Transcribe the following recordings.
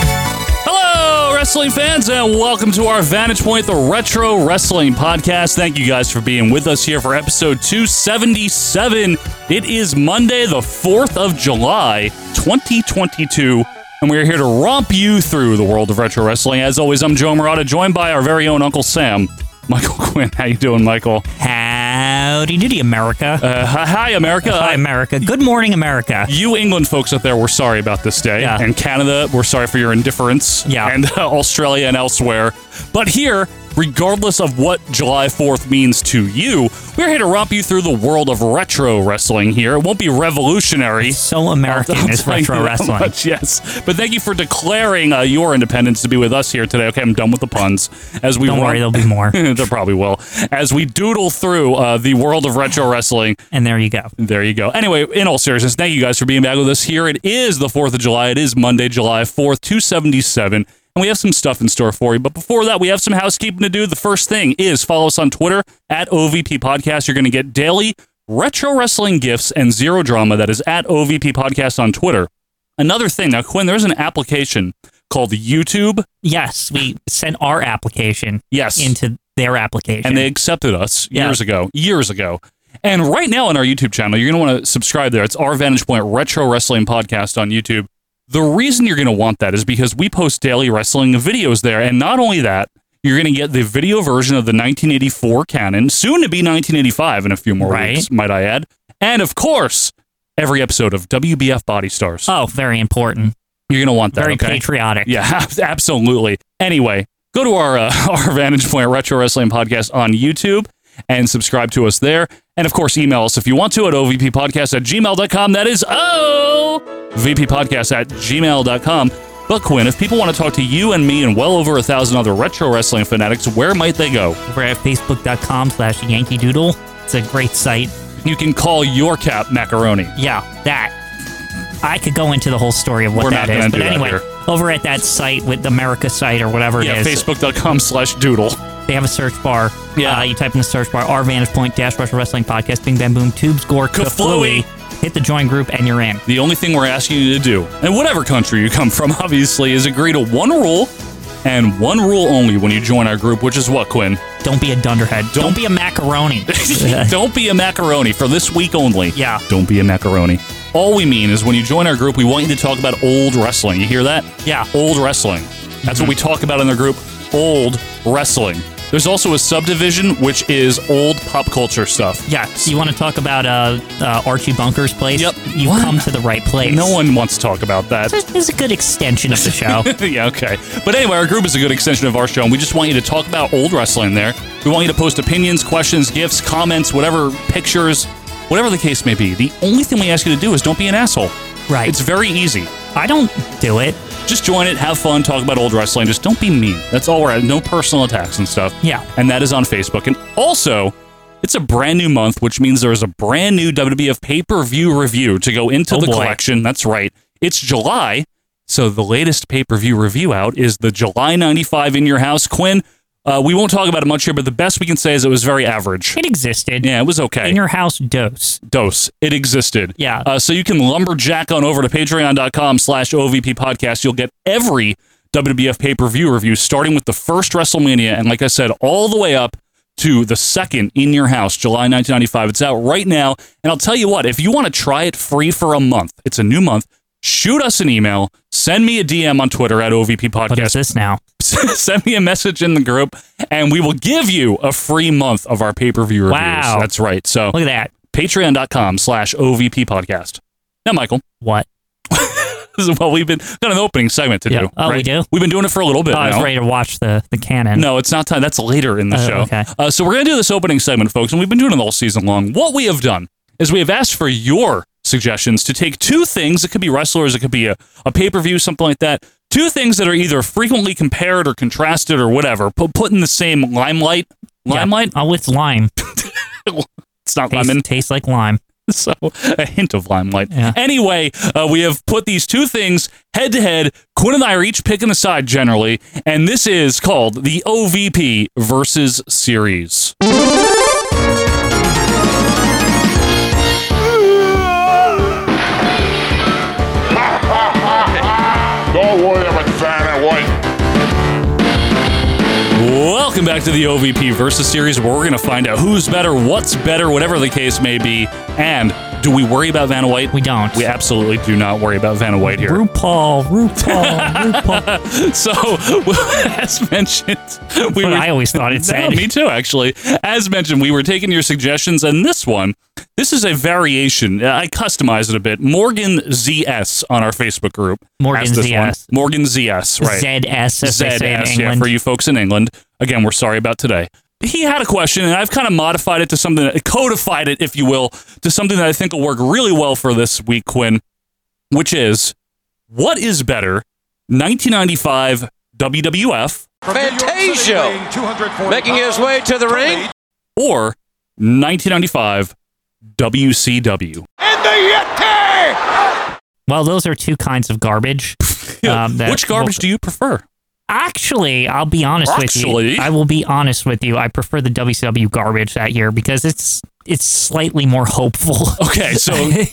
Hello, wrestling fans, and welcome to our Vantage Point, the Retro Wrestling Podcast. Thank you guys for being with us here for episode 277. It is Monday, the 4th of July, 2022, and we're here to romp you through the world of retro wrestling. As always, I'm Joe Murata, joined by our very own Uncle Sam, Michael Quinn. How you doing, Michael? Howdy doody, America. Uh, hi, hi, America. Hi, America. Good morning, America. you England folks out there, we're sorry about this day. Yeah. And Canada, we're sorry for your indifference. Yeah. And uh, Australia and elsewhere. But here, regardless of what July 4th means to you, we're here to romp you through the world of retro wrestling here. It won't be revolutionary. So American I'll is tell you retro that wrestling. much, yes. But thank you for declaring uh, your independence to be with us here today. Okay, I'm done with the puns. As we Don't worry, rom- there'll be more. there probably will. As we doodle through uh, the world of retro wrestling, and there you go. there you go. Anyway, in all seriousness, thank you guys for being back with us here. It is the 4th of July. It is Monday, July 4th, 277. And we have some stuff in store for you. But before that, we have some housekeeping to do. The first thing is follow us on Twitter at OVP Podcast. You're going to get daily retro wrestling gifts and zero drama that is at OVP Podcast on Twitter. Another thing, now, Quinn, there's an application called YouTube. Yes, we sent our application Yes. into their application. and they accepted us Yeah. years ago, years ago. And right now on our YouTube channel, you're going to want to subscribe there. It's our Vantage Point Retro Wrestling Podcast on YouTube. The reason you're going to want that is because we post daily wrestling videos there. And not only that, you're going to get the video version of the 1984 canon, soon to be 1985 in a few more Right. weeks, might I add. And of course, every episode of WBF Body Stars. oh, very important. you're going to want that. Very okay? patriotic. Yeah, ab- absolutely. Anyway, go to our uh, our Vantage Point Retro Wrestling Podcast on YouTube and subscribe to us there. And of course, email us if you want to at ovppodcast at gmail.com. That is ovppodcast at gmail.com. But Quinn, if people want to talk to you and me and well over a thousand other retro wrestling fanatics, where might they go? Over at facebook.com slash Yankee Doodle. It's a great site. You can call your cap macaroni. Yeah, that. I could go into the whole story of what We're not that is. gonna but do that anyway, here. over at that site with the America site or whatever Yeah, it is. facebook.com slash doodle. They have a search bar. Yeah. Uh, you type in the search bar, our vantage point, dash Russian wrestling podcast, bing, bam, boom, tubes, gore, Kaflooey. kaflooey. Hit the join group and you're in. The only thing we're asking you to do, in whatever country you come from, obviously, is agree to one rule and one rule only when you join our group, which is what, Quinn? Don't be a dunderhead. Don't, Don't- be a macaroni. Don't be a macaroni for this week only. Yeah. Don't be a macaroni. All we mean is when you join our group, we want you to talk about old wrestling. You hear that? Yeah. Mm-hmm. Old wrestling. That's what we talk about in the group old wrestling. There's also a subdivision, which is old pop culture stuff. yes. You want to talk about uh, uh, Archie Bunker's place? Yep. You've What? come to the right place. No one wants to talk about that. This is a good extension of the show. yeah, okay. But anyway, our group is a good extension of our show, and we just want you to talk about old wrestling there. We want you to post opinions, questions, gifts, comments, whatever, pictures, whatever the case may be. The only thing we ask you to do is don't be an asshole. Right. It's very easy. I don't do it. Just join it, have fun, talk about old wrestling. Just don't be mean. That's all we're at. No personal attacks and stuff. Yeah. And that is on Facebook. And also, it's a brand new month, which means there is a brand new WWF pay per view review to go into Oh, the boy. collection. That's right. It's July. So the latest pay per view review out is the July 95 in your house. Quinn, uh, we won't talk about it much here, but the best we can say is it was very average. It existed. Yeah, it was okay In your house dose. dose. It existed. Yeah. Uh, so you can lumberjack on over to patreon.com slash OVP podcast. You'll get every WWF pay-per-view review starting with the first WrestleMania. And like I said, all the way up to the second in your house, July 1995. It's out right now. And I'll tell you what, if you want to try it free for a month, it's a new month. Shoot us an email. Send me a DM on Twitter at OVP Podcast What is this now? send me a message in the group, and we will give you a free month of our pay per view reviews. Wow. That's right. So Look at that. patreon.com slash OVP podcast. Now, Michael, What? this is what we've been got an opening segment to Yeah. do. Oh, we right? do? We've been doing it for a little bit. Oh, I was now. ready to watch the, the cannon. No, it's not time. That's later in the Oh, show. okay. Uh, so we're going to do this opening segment, folks, and we've been doing it all season long. What we have done is we have asked for your suggestions to take two things. It could be wrestlers, it could be a, a pay per view, something like that. Two things that are either frequently compared or contrasted or whatever, put, put in the same limelight. Yeah. Limelight? Oh, it's lime. It's not Tastes, lemon. tastes like lime. so a hint of limelight. Yeah. Anyway, uh, we have put these two things head to head. Quinn and I are each picking a side generally, and this is called the OVP versus series. Don't worry, I'm a fan of white. Welcome back to the OVP versus series, where we're going to find out who's better, what's better, whatever the case may be, and do we worry about Vanna White? We don't. We absolutely do not worry about Vanna White here. RuPaul, RuPaul, RuPaul. So, as mentioned, we But I always thought it No, said. me too, actually. As mentioned, we were taking your suggestions, and this one, this is a variation. I customized it a bit. Morgan ZS on our Facebook group. Morgan asked this one. ZS. Morgan ZS, right. ZS, as they say in ZS, yeah, England. for you folks in England. Again, we're sorry about today. He had a question, and I've kind of modified it to something, that, codified it, if you will, to something that I think will work really well for this week, Quinn, which is what is better, 1995 WWF Fantasio making his way to the ring. or 1995 WCW? Well, those are two kinds of garbage. um, that- Which garbage do you prefer? Actually, I'll be honest with Actually? you. I will be honest with you. I prefer the WCW garbage that year because it's it's slightly more hopeful. Okay, so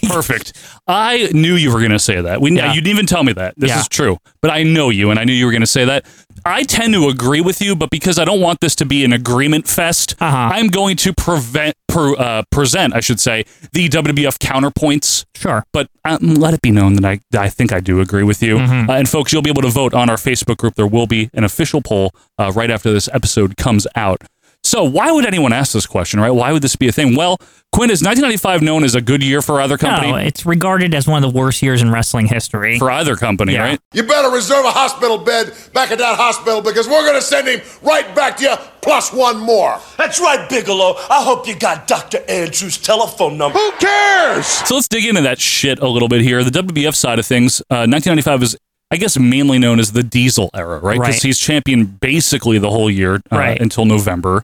perfect. I knew you were going to say that. We Yeah. you didn't even tell me that. This Yeah. is true, but I know you, and I knew you were going to say that. I tend to agree with you, but because I don't want this to be an agreement fest, Uh-huh. I'm going to prevent per, uh, present, I should say, the WWF counterpoints. sure. But um, let it be known that I that I think I do agree with you. Mm-hmm. Uh, and folks, you'll be able to vote on our Facebook group. There will be an official poll uh, right after this episode comes out. So why would anyone ask this question, right? Why would this be a thing? Well, Quinn is 1995 known as a good year for either company. No, it's regarded as one of the worst years in wrestling history. for either company, Yeah. right? You better reserve a hospital bed back at that hospital because we're going to send him right back to you plus one more. That's right, Bigelow. I hope you got Dr. Andrews' telephone number. Who cares? So let's dig into that shit a little bit here. The WWF side of things, uh, 1995 is, I guess, mainly known as the Diesel era, right? Because Right. he's champion basically the whole year uh, Right. until November.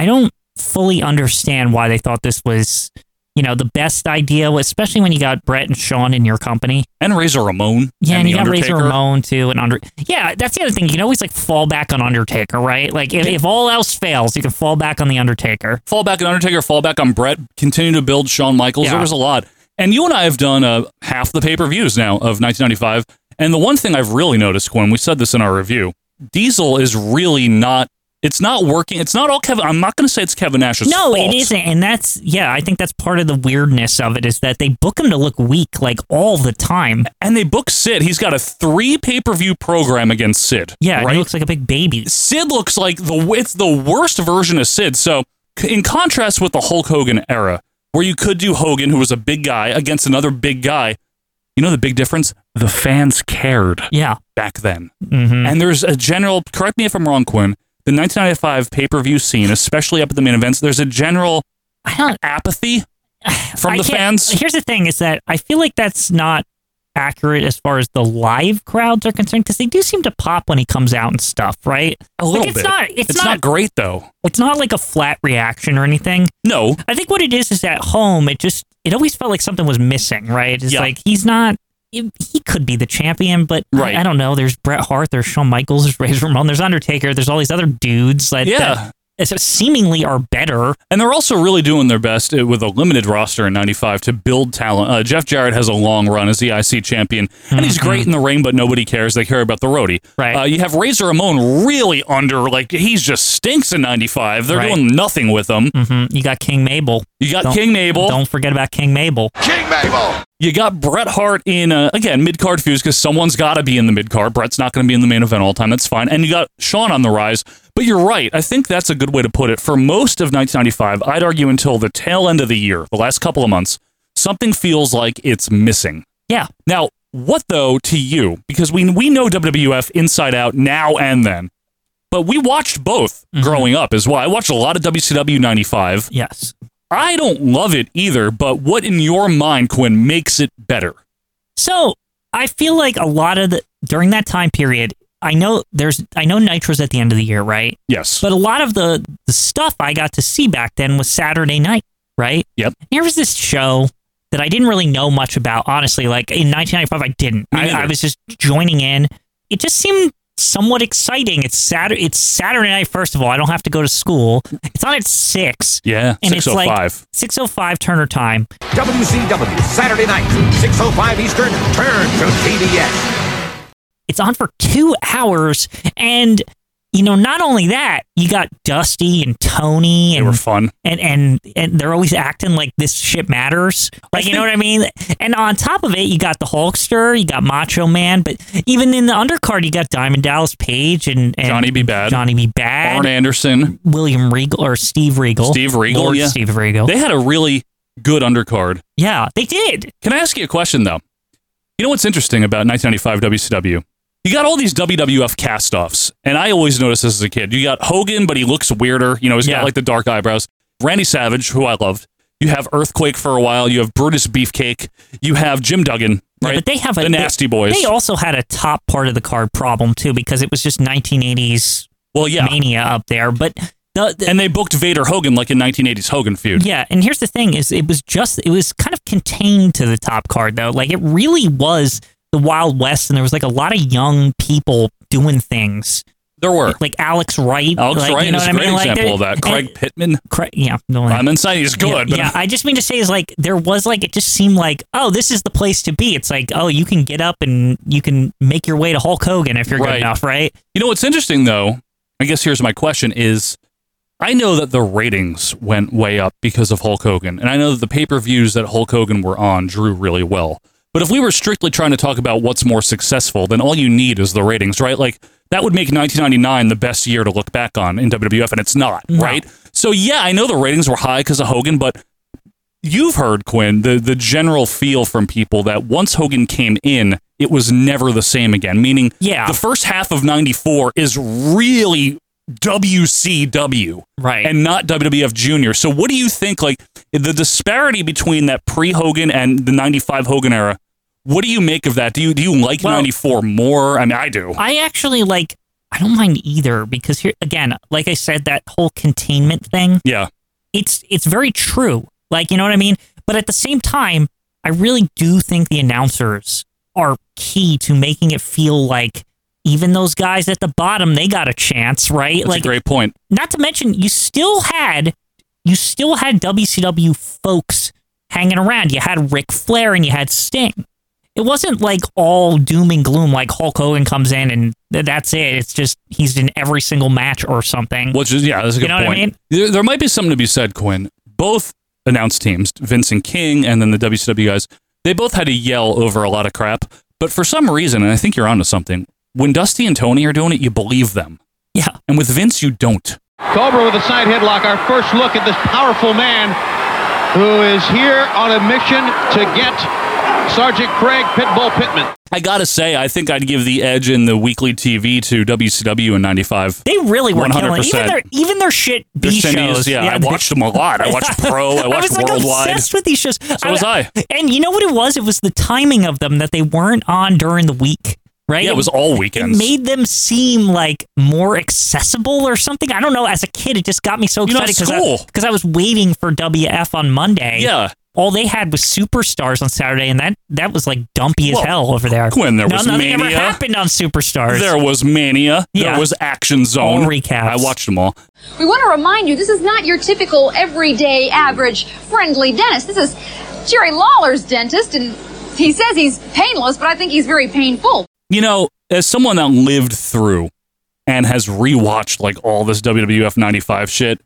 I don't fully understand why they thought this was, you know, the best idea, especially when you got Brett and Sean in your company. And Razor Ramon. Yeah, and, the you got Undertaker. Razor Ramon too, and Under. Yeah, that's the other thing. You can always like fall back on Undertaker, right? Like if, if all else fails, you can fall back on the Undertaker. Fall back on Undertaker, fall back on Brett, continue to build Shawn Michaels. Yeah. There was a lot. And you and I have done uh, half the pay per views now of 1995. And the one thing I've really noticed, Quinn, we said this in our review Diesel is really not. It's not working. It's not all Kevin. I'm not going to say it's Kevin Nash's No, fault. it isn't, and that's yeah. I think that's part of the weirdness of it is that they book him to look weak like all the time. And they book Sid. He's got a three pay per view program against Sid. Yeah, and right. he looks like a big baby. Sid looks like the it's the worst version of Sid. So c- in contrast with the Hulk Hogan era, where you could do Hogan, who was a big guy, against another big guy, you know the big difference? The fans cared Yeah, back then. And there's a general, correct me if I'm wrong, Quinn, the 1995 pay per view scene, especially up at the main events, there's a general I don't. apathy from I the can't- fans. Here's the thing: is that I feel like that's not accurate as far as the live crowds are concerned because they do seem to pop when he comes out and stuff, right? A little it's bit. Not, it's, it's not. not great though. It's not like a flat reaction or anything. No, I think what it is is at home, it just it always felt like something was missing, right? It's Yeah. like he's not. He he could be the champion, but I- Right. I, don't know. There's Bret Hart, there's Shawn Michaels, there's Razor Ramon, there's Undertaker, there's all these other dudes like Yeah. that seemingly are better. And they're also really doing their best uh, with a limited roster in 95 to build talent. Uh, Jeff Jarrett has a long run as the IC champion, and he's great in the ring, but nobody cares. They care about the roadie. Right. Uh, you have Razor Ramon really under, like, he's just stinks in 95. They're Right. doing nothing with him. hmm You got King Mabel. You got Don't- King Mabel. Don't forget about King Mabel. King Mabel. You got Bret Hart in, uh, again, mid card fuse because someone's got to be in the mid card. Bret's not going to be in the main event all the time. That's fine. And you got Sean on the rise. But you're right. I think that's a good way to put it. For most of 1995, I'd argue until the tail end of the year, the last couple of months, something feels like it's missing. Yeah. Now, what though to you? Because we we know WWF inside out now and then, Mm-hmm. but we watched both growing up as well. I watched a lot of WCW '95. Yes. I don't love it either, but what in your mind, Quinn, makes it better? So I feel like a lot of the during that time period, I know there's I know Nitro's at the end of the year, right? Yes. But a lot of the, the stuff I got to see back then was Saturday night, right? Yep. There was this show that I didn't really know much about, honestly. Like in 1995, I didn't. Me I, neither. I was just joining in. It just seemed somewhat exciting. It's Saturday. It's Saturday night. First of all, I don't have to go to school. It's on at six. Yeah, and it's like 6:05. six oh five Turner time. WCW, Saturday night, 6.05 Eastern, turn to TBS. It's on for two hours, and you know, not only that, you got Dusty and Tony, They and were fun. and and and they're always acting like this shit matters. Like you know what I mean? And on top of it, you got the Hulkster, you got Macho Man, but even in the undercard, you got Diamond Dallas Page and, and Johnny B. Bad. Johnny B. Bad, Arn Anderson, William Regal or Steve Regal, Steve Regal, Lord yeah. Steve Regal. they had a really good undercard. yeah, they did. Can I ask you a question though? You know what's interesting about 1995 WCW? You got all these WWF castoffs, and I always noticed this as a kid. You got Hogan, but he looks weirder. You know, he's Yeah. got like the dark eyebrows. Randy Savage, who I loved. You have Earthquake for a while. You have Brutus Beefcake. You have Jim Duggan. Yeah, Right, but they have a the Nasty they- Boys. They also had a top part of the card problem too because it was just 1980s well, yeah, mania up there. But the, the and they booked Vader Hogan like a 1980s Hogan feud. Yeah, and here's the thing: is it was just it was kind of contained to the top card though. Like it really was the Wild West, and there was like a lot of young people doing things, There were like Alex Wright. Alex like, Wright you know is what I a great mean? Like, example of there- that. Craig and- Pittman. Craig, yeah, no, I'm inside. He's yeah, good, but yeah, I just mean to say is like there was like it just seemed like oh this is the place to be. It's like oh you can get up and you can make your way to Hulk Hogan if you're Right. good enough, right? You know what's interesting though? I guess here's my question is I know that the ratings went way up because of Hulk Hogan, and I know that the pay-per-views that Hulk Hogan were on drew really well. But if we were strictly trying to talk about what's more successful, then all you need is the ratings, right? Like that would make 1999 the best year to look back on in WWF, and it's not, right? So yeah, I know the ratings were high because of Hogan, but you've heard Quinn the the general feel from people that once Hogan came in, it was never the same again. Meaning, Yeah. the first half of '94 is really WCW, Right. and not WWF Junior. So, what do you think? Like the disparity between that pre Hogan and the '95 Hogan era. What do you make of that? Do you do you like Well- '94 more? I mean, I do. I actually like I don't mind either because here again, like I said, that whole containment thing. yeah, it's it's very true. Like you know what I mean. But at the same time, I really do think the announcers are key to making it feel like even those guys at the bottom they got a chance, right? that's like a great point. not to mention you still had you still had WCW folks hanging around. You had Ric Flair and you had Sting. It wasn't like all doom and gloom. Like Hulk Hogan comes in and th- that's it. It's just he's in every single match or something. Which is yeah, that's a You good know what I point. mean? there, there might be something to be said, Quinn. Both announced teams, Vincent King and then the WCW guys, they both had to yell over a lot of crap. But for some reason, and I think you're onto something, when Dusty and Tony are doing it, you believe them. Yeah. And with Vince, you don't. Cobra with a side headlock. Our first look at this powerful man who is here on a mission to get Sergeant Craig Pitbull Pittman. I gotta say, I think I'd give the edge in the weekly TV to WCW in '95. They really were killing it. even 100%. their even their shit B Their semis, shows. yeah, I they- watched them a lot. I watched Pro. I watched was like Worldwide. obsessed with these shows. So was I. And you know what it was? It was the timing of them that they weren't on during the week, right? Yeah, it was all weekends. It made them seem like more accessible or something. I don't know. As a kid, it just got me so You know, excited because school. I, 'cause I was waiting for WF on Monday. Yeah. All they had was superstars on Saturday, and that, that was like dumpy Well, as hell over there. Quinn, there no, was nothing ever Mania. happened on superstars. There was Mania. Yeah. There was Action Zone. All recaps. I watched them all. We want to remind you this is not your typical, everyday, average, friendly dentist. This is Jerry Lawler's dentist, and he says he's painless, but I think he's very painful. you know, as someone that lived through and has rewatched like all this WWF 95 shit,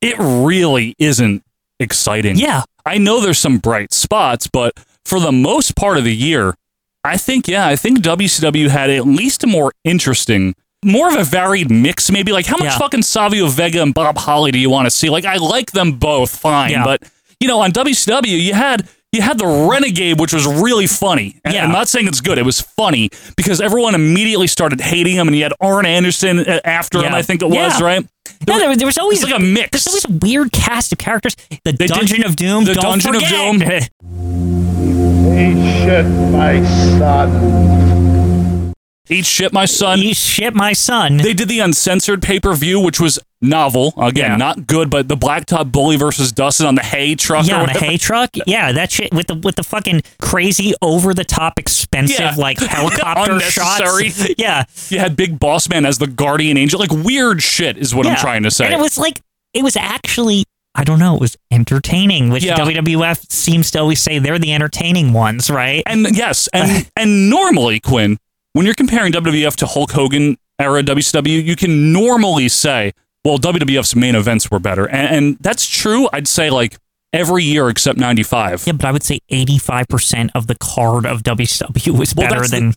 it really isn't exciting. Yeah. I know there's some bright spots, but for the most part of the year, I think, yeah, I think WCW had at least a more interesting, more of a varied mix, maybe. Like, how much Yeah. fucking Savio Vega and Bob Holly do you want to see? Like, I like them both fine, Yeah. but, you know, on WCW, you had. You had the Renegade, which was really funny. And Yeah. I'm not saying it's good. It was funny because everyone immediately started hating him, and you had Arn Anderson uh, after him. Yeah. I think it was Yeah. right. No, there, there was always it's like a mix. There's always a weird cast of characters. The did- Dungeon of Doom. the don't Dungeon of forget. Doom. Patient, my son. Eat shit, my son. You shit my son. They did the uncensored pay per view, which was novel. Again, Yeah. not good, but the Blacktop Bully versus Dustin on the hay truck. yeah, or on a whatever. hay truck. Yeah, that shit with the with the fucking crazy over the top expensive Yeah. like helicopter Unnecessary. shots. Yeah. You had Big Boss Man as the guardian angel. Like weird shit is what I'm Yeah. trying to say. And it was like it was actually I don't know, it was entertaining, which Yeah. WWF seems to always say they're the entertaining ones, right? and yes, and and normally Quinn, when you're comparing WWF to Hulk Hogan era WCW, you can normally say, well, WWF's main events were better, and, and that's true. I'd say like every year except '95. yeah, but I would say 85% of the card of WCW was Well, better that's the- than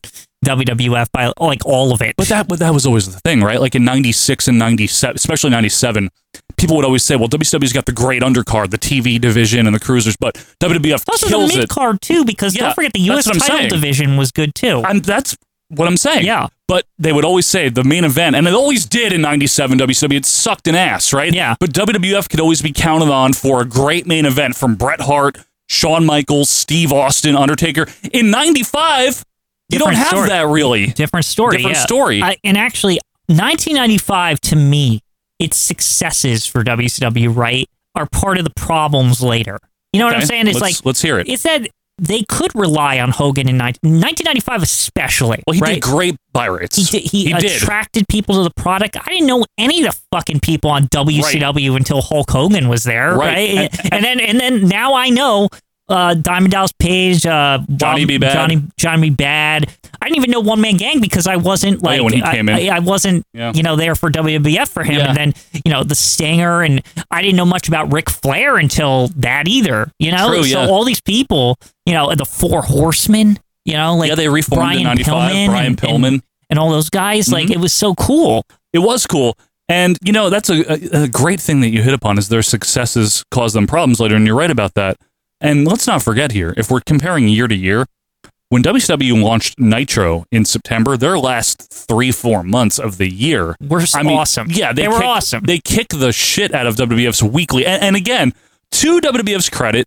WWF by like all of it. But that, but that was always the thing, right? Like in '96 and '97, especially '97, people would always say, "Well, WWE's got the great undercard, the TV division, and the cruisers," but WWF also kills the mid it. card too, because Yeah, don't forget the that's US what I'm title saying. division was good too. And that's what I'm saying. Yeah. But they would always say the main event, and it always did in '97 WCW. E. It sucked an ass, right? Yeah. But WWF could always be counted on for a great main event from Bret Hart, Shawn Michaels, Steve Austin, Undertaker. In '95, you don't Different have story. that really. different story. Different yeah. story. I, and actually, 1995 to me, its successes for WCW, right, are part of the problems later. You know what Okay, I'm saying? It's let's- like let's hear it. It's that they could rely on Hogan in 19, 1995, especially. Well, he right? did great by rates. He, did, he, attracted people to the product. I didn't know any of the fucking people on WCW until Hulk Hogan was there, Right. right? And, and then and then now I know uh, Diamond Dallas Page, uh, Johnny Bob- B. Bad. Johnny Johnny B. Bad. I didn't even know One Man Gang because I wasn't Oh, like yeah, when he I- came in. I, I wasn't Yeah. you know there for WWF for him, Yeah. and then you know the Stinger, and I didn't know much about Ric Flair until that either. You know, True, so yeah. all these people, you know, the Four Horsemen. You know, like Yeah, they reformed Brian in 95, Pillman Brian and- Pillman. Mm-hmm. and, and all those guys. Like it was so cool. It was cool. And, you know, that's a, a, a great thing that you hit upon is their successes cause them problems later. And you're right about that. And let's not forget here, if we're comparing year to year, when WCW launched Nitro in September, their last three, four months of the year Were awesome. Yeah, They were kick- awesome. They kick the shit out of WWF's weekly. And, and again, to WWF's credit,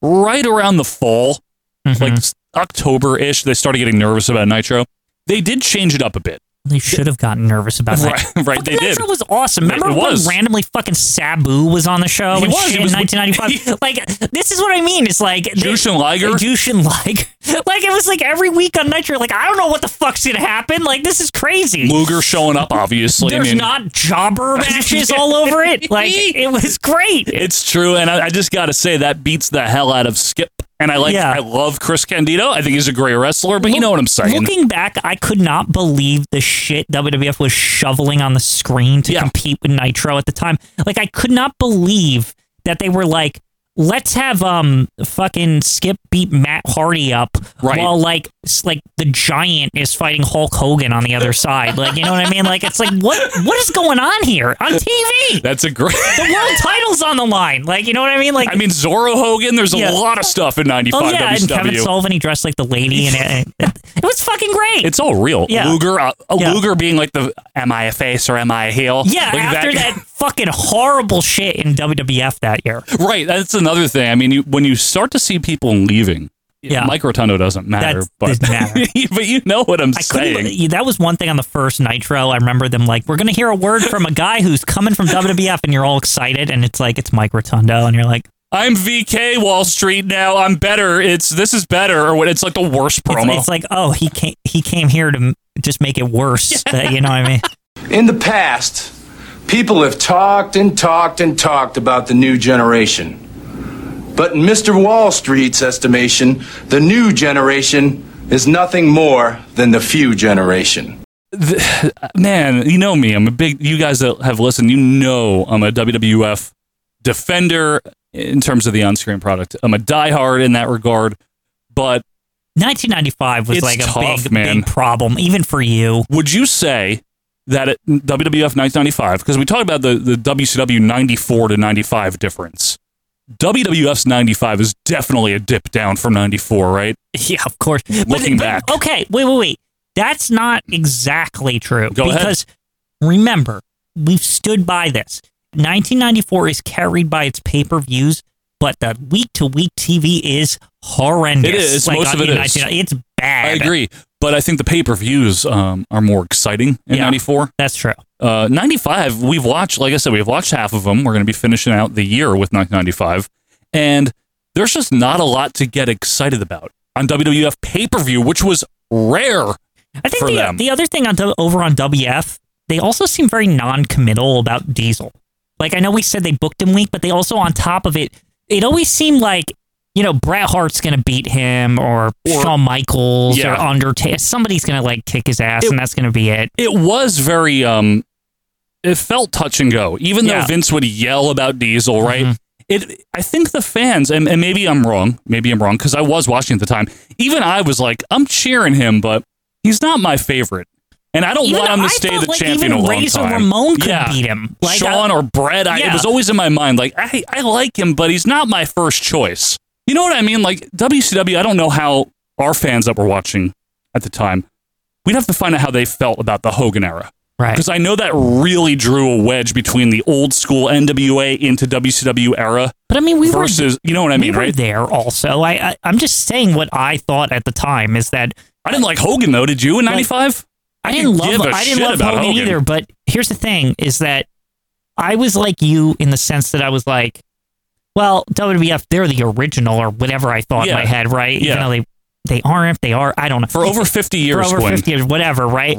right around the fall, Mm-hmm. like October ish, they started getting nervous about Nitro. They did change it up a bit. They should have gotten nervous about Right, that. right, Fucking they did. Nitro was awesome. It Remember was. when randomly fucking Sabu was on the show He and was, shit he was- in 1995? like this is what I mean. It's like they- Jushin Liger? Jushin Liger. like it was like every week on Nitro. Like I don't know what the fuck's gonna happen. Like this is crazy. Luger showing up, obviously. There's I mean, not jobber matches all over it. Like it was great. it's true, and I, I just got to say that beats the hell out of Skip. And I like, Yeah. I love Chris Candido. I think he's a great wrestler, but you know what I'm saying. Looking back, I could not believe the shit WWF was shoveling on the screen to Yeah. compete with Nitro at the time. Like I could not believe that they were like, let's have um fucking Skip beat Matt Hardy up Right. while like s- like the Giant is fighting Hulk Hogan on the other side. Like you know what I mean? Like it's like what what is going on here on TV? That's a great. The world title's on the line. Like you know what I mean? Like I mean, Zorro Hogan. There's Yeah. a lot of stuff in '95 oh yeah, and Kevin WCW. Sullivan he dressed like the lady and it, it, it was fucking great. It's all real. Yeah. Luger, uh, uh, Yeah. Luger being like the am I a face or am I a heel? Yeah, Like after that, fucking horrible shit in WWF that year. Right. That's another thing. I mean, you, when you start to see people leaving, Yeah. Microtondo doesn't matter, That but doesn't matter. but you know what I'm I saying. couldn't. be- That was one thing on the first Nitro. I remember them like, we're gonna hear a word from a guy who's coming from WWF, and you're all excited, and it's like it's Mike Rotundo, and you're like, I'm VK Wall Street now. I'm better. It's this is better, or what? It's like the worst it's, promo. it's like, oh, he came, he came here to m- just make it worse. That- you know what I mean? In the past, people have talked and talked and talked about the new generation. But in Mr. Wall Street's estimation, the new generation is nothing more than the few generation. Man, you know me. I'm a big. You guys that have listened, you know I'm a WWF defender in terms of the on-screen product. I'm a diehard in that regard. But 1995 was It's like a tough, big, man. big problem, even for you. would you say that at WWF 1995, because we talked about the the WCW 94 to 95 difference, WWF's 95 is definitely a dip down from 94, right? Yeah, of course. But- Looking but- back. Okay, wait, wait, wait. That's not exactly true. Go ahead. because remember, we've stood by this. 1994 is carried by its pay per views, but the week to week TV is horrendous. It is. Like, Most I of it mean, is. 1990 It's bad. I agree. But I think the pay per views um, are more exciting in Yeah, '94. That's true. Uh, '95, we've watched, like I said, we've watched half of them. We're going to be finishing out the year with 1995, and there's just not a lot to get excited about on WWF pay per view, which was rare. I think for the, them. the other thing on W- over on WF, they also seem very non-committal about Diesel. Like I know we said they booked him weak, but they also on top of it, it always seemed like you know Bret Hart's gonna beat him or, Shawn Michaels Yeah. or Undertaker. Somebody's gonna like kick his ass, It- and that's gonna be it. it was very um it felt touch and go even though Yeah. Mm-hmm. vince would yell about diesel right it i think the fans and, and maybe i'm wrong maybe i'm wrong because i was watching at the time even i was like i'm cheering him but he's not my favorite and I don't Even- want him I to stay felt the like even champion a long Razor time. Ramon could beat him. Like, Sean I- or Brett. I, It Yeah. was always in my mind. Like I, I like him, but he's not my first choice. You know what I mean? Like WCW. I don't know how our fans that were watching at the time we'd have to find out how they felt about the Hogan era. Right. Because I know that really drew a wedge between the old school NWA into WCW era. But I mean, we were- versus, you know what I mean, we were right? there also. I, I I'm just saying what I thought at the time is that I didn't like Hogan though. Did you in '95? I didn't love I didn't love Hogan, either, but here's the thing is that I was like you in the sense that I was like, well, WWF, they're the original or whatever I thought in Yeah. my head, right? Yeah. Even though they they aren't, they are, I don't know. For over 50 years, For over Gwen. 50 years, whatever, right?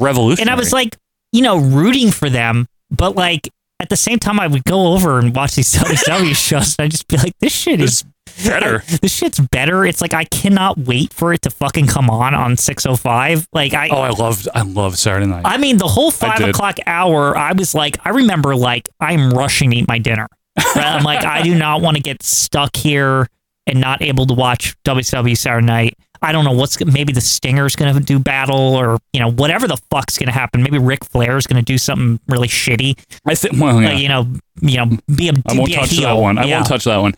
And Revolutionary. I was like, you know, rooting for them, but like at the same time I would go over and watch these WCW shows and I'd just be like, this shit is better. this shit's better. It's like I cannot wait for it to fucking come on on 605. Like I Oh, I loved, I loved Saturday Night. I mean, the whole I five did. o'clock hour, I was like, I remember like I'm rushing to eat my dinner. Right? I'm like, I do not want to get stuck here and not able to watch WCW Saturday Night. I don't know what's maybe the Stinger's going to do battle or you know whatever the fuck's going to happen. Maybe Ric Flair's going to do something really shitty. I think, well, yeah. Like, you know, you know, be a I won't be a touch heel. that one. I Yeah. won't touch that one.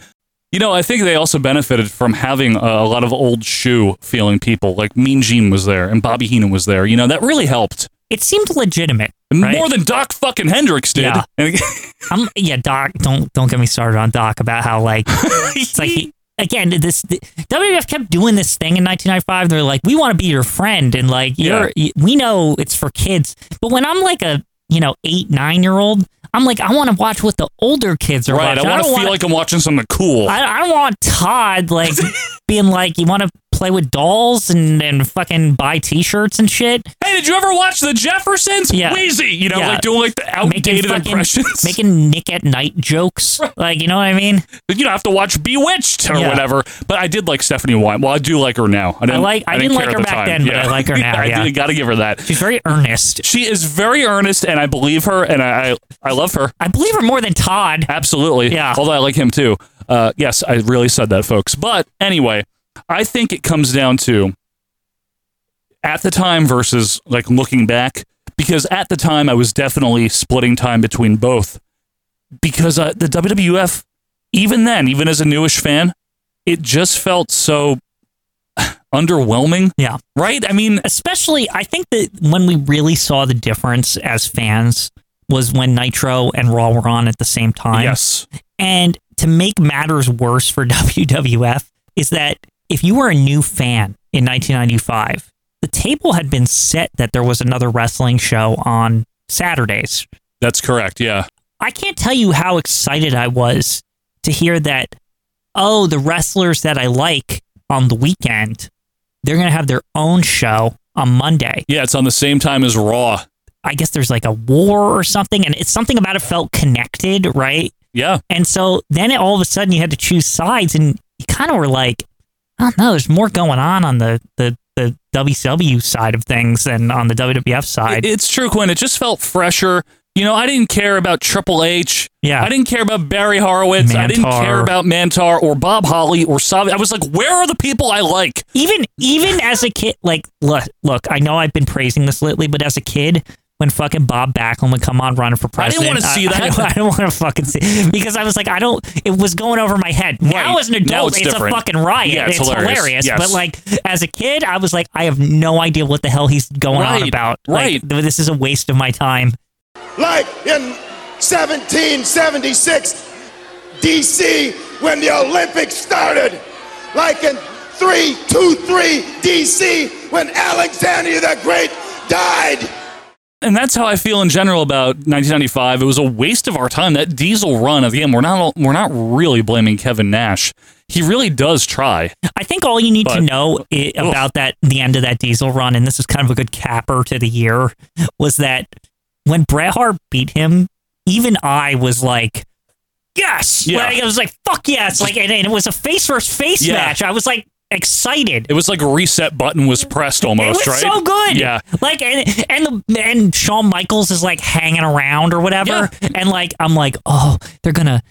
You know, I think they also benefited from having uh, a lot of old shoe feeling people. Like Mean Gene was there and Bobby Heenan was there. You know, that really helped. It seemed legitimate, right? more than Doc fucking Hendricks did. Yeah. And- I'm yeah, Doc. Don't don't get me started on Doc about how like it's like he, again this the, WWF kept doing this thing in 1995. They're like, we want to be your friend, and like you're y we know it's for kids. But when I'm like a you know eight nine year old, I'm like I want to watch what the older kids are right. I watching. want to don't feel wanna- like I'm watching something cool. I, I don't want Todd like being like you want to play with dolls and and fucking buy T-shirts and shit. hey, did you ever watch The Jeffersons? Yeah. Wheezy. You know, Yeah. like doing like the Making outdated fucking- impressions. making Nick at Night jokes, like you know what I mean. you don't have to watch Bewitched or Yeah. whatever. But I did like Stephanie Wine. Well, I do like her now. I, didn't, like- I didn't didn't care like at her the back time. then, but I like her now, yeah. I got to give her that. She's very earnest. She is very earnest, and I believe her, and I I, I love her. I believe her more than Todd. Absolutely. Yeah. Although I like him too. Uh, yes, I really said that, folks. But anyway, I think it comes down to at the time versus like looking back, because at the time I was definitely splitting time between both. Because uh, the WWF, even then, even as a newish fan, it just felt so underwhelming. Yeah. Right? I mean, Especially, I think that when we really saw the difference as fans was when Nitro and Raw were on at the same time. yes. And to make matters worse for WWF is that if you were a new fan in 1995, the table had been set that there was another wrestling show on Saturdays. That's correct. Yeah. I can't tell you how excited I was to hear that, oh, the wrestlers that I like on the weekend, they're going to have their own show on Monday. Yeah. It's on the same time as Raw. I guess there's like a war or something, and it's something about it felt connected, right? Yeah. And so then it, all of a sudden you had to choose sides, and you kind of were like, I don't know, there's more going on on the, the, the WCW side of things than on the WWF side. It's true, Quinn. It just felt fresher. You know, I didn't care about Triple H. Yeah. I didn't care about Barry Horowitz. I didn't Mantar. care about Mantar or Bob Holly or Savi. I was like, where are the people I like? even even as a kid like look, look i know i've been praising this lately but as a kid when fucking Bob Backlund would come on running for I president. didn't wanna see I, that. I, didn't want to fucking see because I was like, I don't. It was going over my head. Now Right. as an Now adult, it's it's, a different. fucking riot. Yeah, it's hilarious. Yes. But like as a kid, I was like, I have no idea what the hell he's going on Right, about. right. Like, th- this is a waste of my time. Like in 1776, D.C., when the Olympics started. Like in 323 D.C., when Alexander the Great died. And that's how I feel in general about 1995. It was a waste of our time. That diesel run at the end. We're not all- we're not really blaming Kevin Nash. He really does try. I think all you need But- to know i about that the end of that diesel run, and this is kind of a good capper to the year, was that when Bret Hart beat him, even I was like, yes, Yeah. like, I was like, fuck yes, like, and, and it was a face versus face Yeah. match. I was like excited. It was like a reset button was pressed It almost, was right? so good. Yeah. Like and and the and Shawn Michaels is like hanging around or whatever, and like I'm like, oh, they're gonna.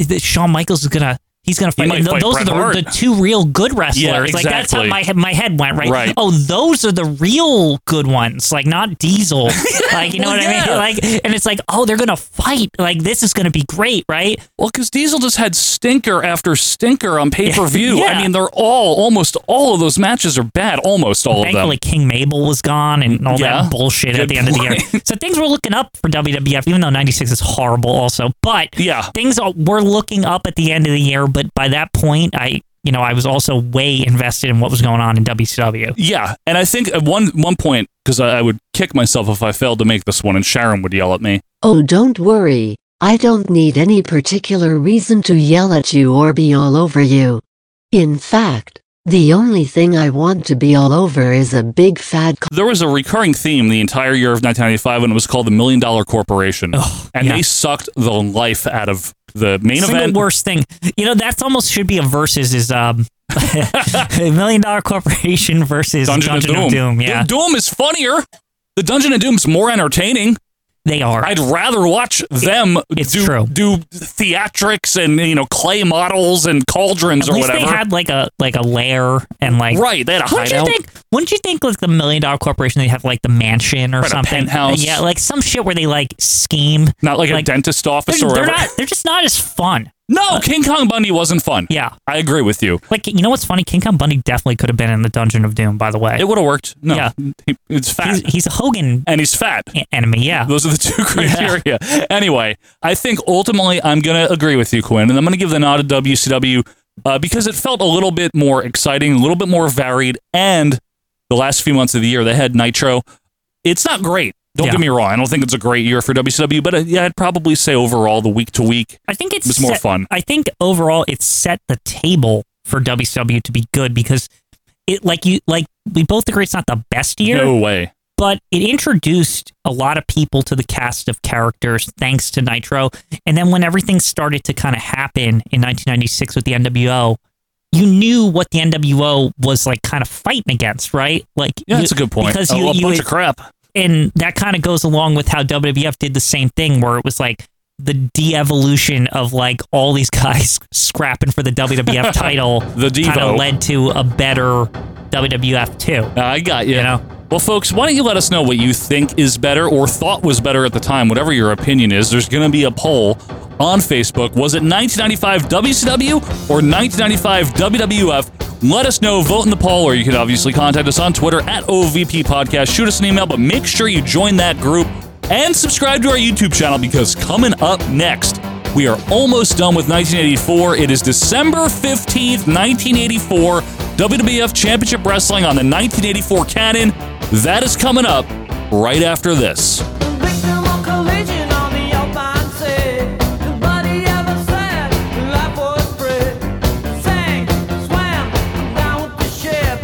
th- Shawn Michaels is gonna. He's gonna fight. might and th- fight those Bret are the, Hart. the two real good wrestlers. Yeah, Like that's how exactly. my he- my head went. Right. Right. Oh, those are the real good ones. Like not Diesel. like you know Well, what yeah. I mean. Like and it's like oh they're gonna fight. Like this is gonna be great. Right. Well, because Diesel just had stinker after stinker on pay per view. Yeah. I mean, they're all almost all of those matches are bad. Almost all of them. Thankfully, King Mabel was gone and all Yeah. that bullshit Good at the end of the year. So things were looking up for WWF, even though 96 is horrible also. But Yeah. things are- were looking up at the end of the year. But by that point, I, you know, I was also way invested in what was going on in WCW. Yeah, and I think at one one point because I, I would kick myself if I failed to make this one, and Sharon would yell at me. Oh, don't worry. I don't need any particular reason to yell at you or be all over you. In fact, the only thing I want to be all over is a big fat c- There was a recurring theme the entire year of 1995, and it was called the Million Dollar Corporation, and yeah. they sucked the life out of the main Single event. worst thing, you know, that's almost should be a versus is um, Million Dollar Corporation versus Dungeon, of, Doom. Yeah, The Doom is funnier. The Dungeon of Doom's more entertaining. they are. I'd rather watch them it's do true. do theatrics and you know clay models and cauldrons At or least whatever. they had like a like a lair and like right, they had a Wouldn't hideout. you think? Wouldn't you think like the million dollar corporation they have like the mansion or Right, a something? penthouse. Yeah, like some shit where they like scheme. Not like, Like, a dentist They're, office or they're whatever. not. They're just not as fun. Uh, no, King Kong Bundy wasn't fun. Yeah, I agree with you. like you know what's funny? King Kong Bundy definitely could have been in the Dungeon of Doom. By the way, It would have worked. No, Yeah. He- it's fat, he's, he's a Hogan and he's fat. e- enemy. Yeah, Those are the two criteria. Anyway, I think ultimately I'm going to agree with you, Quinn, and I'm going to give the nod to WCW uh, because it felt a little bit more exciting, a little bit more varied, and the last few months of the year they had Nitro. It's not great. Don't Yeah. get me wrong. I don't think it's a great year for WCW, but uh, yeah, I'd probably say overall the week to week. I think it's was more set- fun. I think overall it set the table for WCW to be good because it like you like we both agree it's not the best year. No way. but it introduced a lot of people to the cast of characters thanks to Nitro. And then when everything started to kind of happen in 1996 with the NWO, you knew what the NWO was like kind of fighting against, right? Like Yeah, you- that's a good point. Because Oh, you, a you- bunch of crap. and that kind of goes along with how WWF did the same thing where it was like the de-evolution of like all these guys scrapping for the WWF title The kind Devo. of led to a better WWF too. I got you. You know? Well, folks, why don't you let us know what you think is better or thought was better at the time, whatever your opinion is. There's going to be a poll on Facebook. Was it 1995 WCW or 1995 WWF? Let us know. Vote in the poll, or you can obviously contact us on Twitter at OVP Podcast. Shoot us an email, but make sure you join that group and subscribe to our YouTube channel because coming up next, we are almost done with 1984. It is December 15th, 1984. WWF Championship Wrestling on the 1984 canon. That is coming up right after this. Victim of collision on the Alpine sea. Nobody ever said life was free. Sang, swam, down with the ship.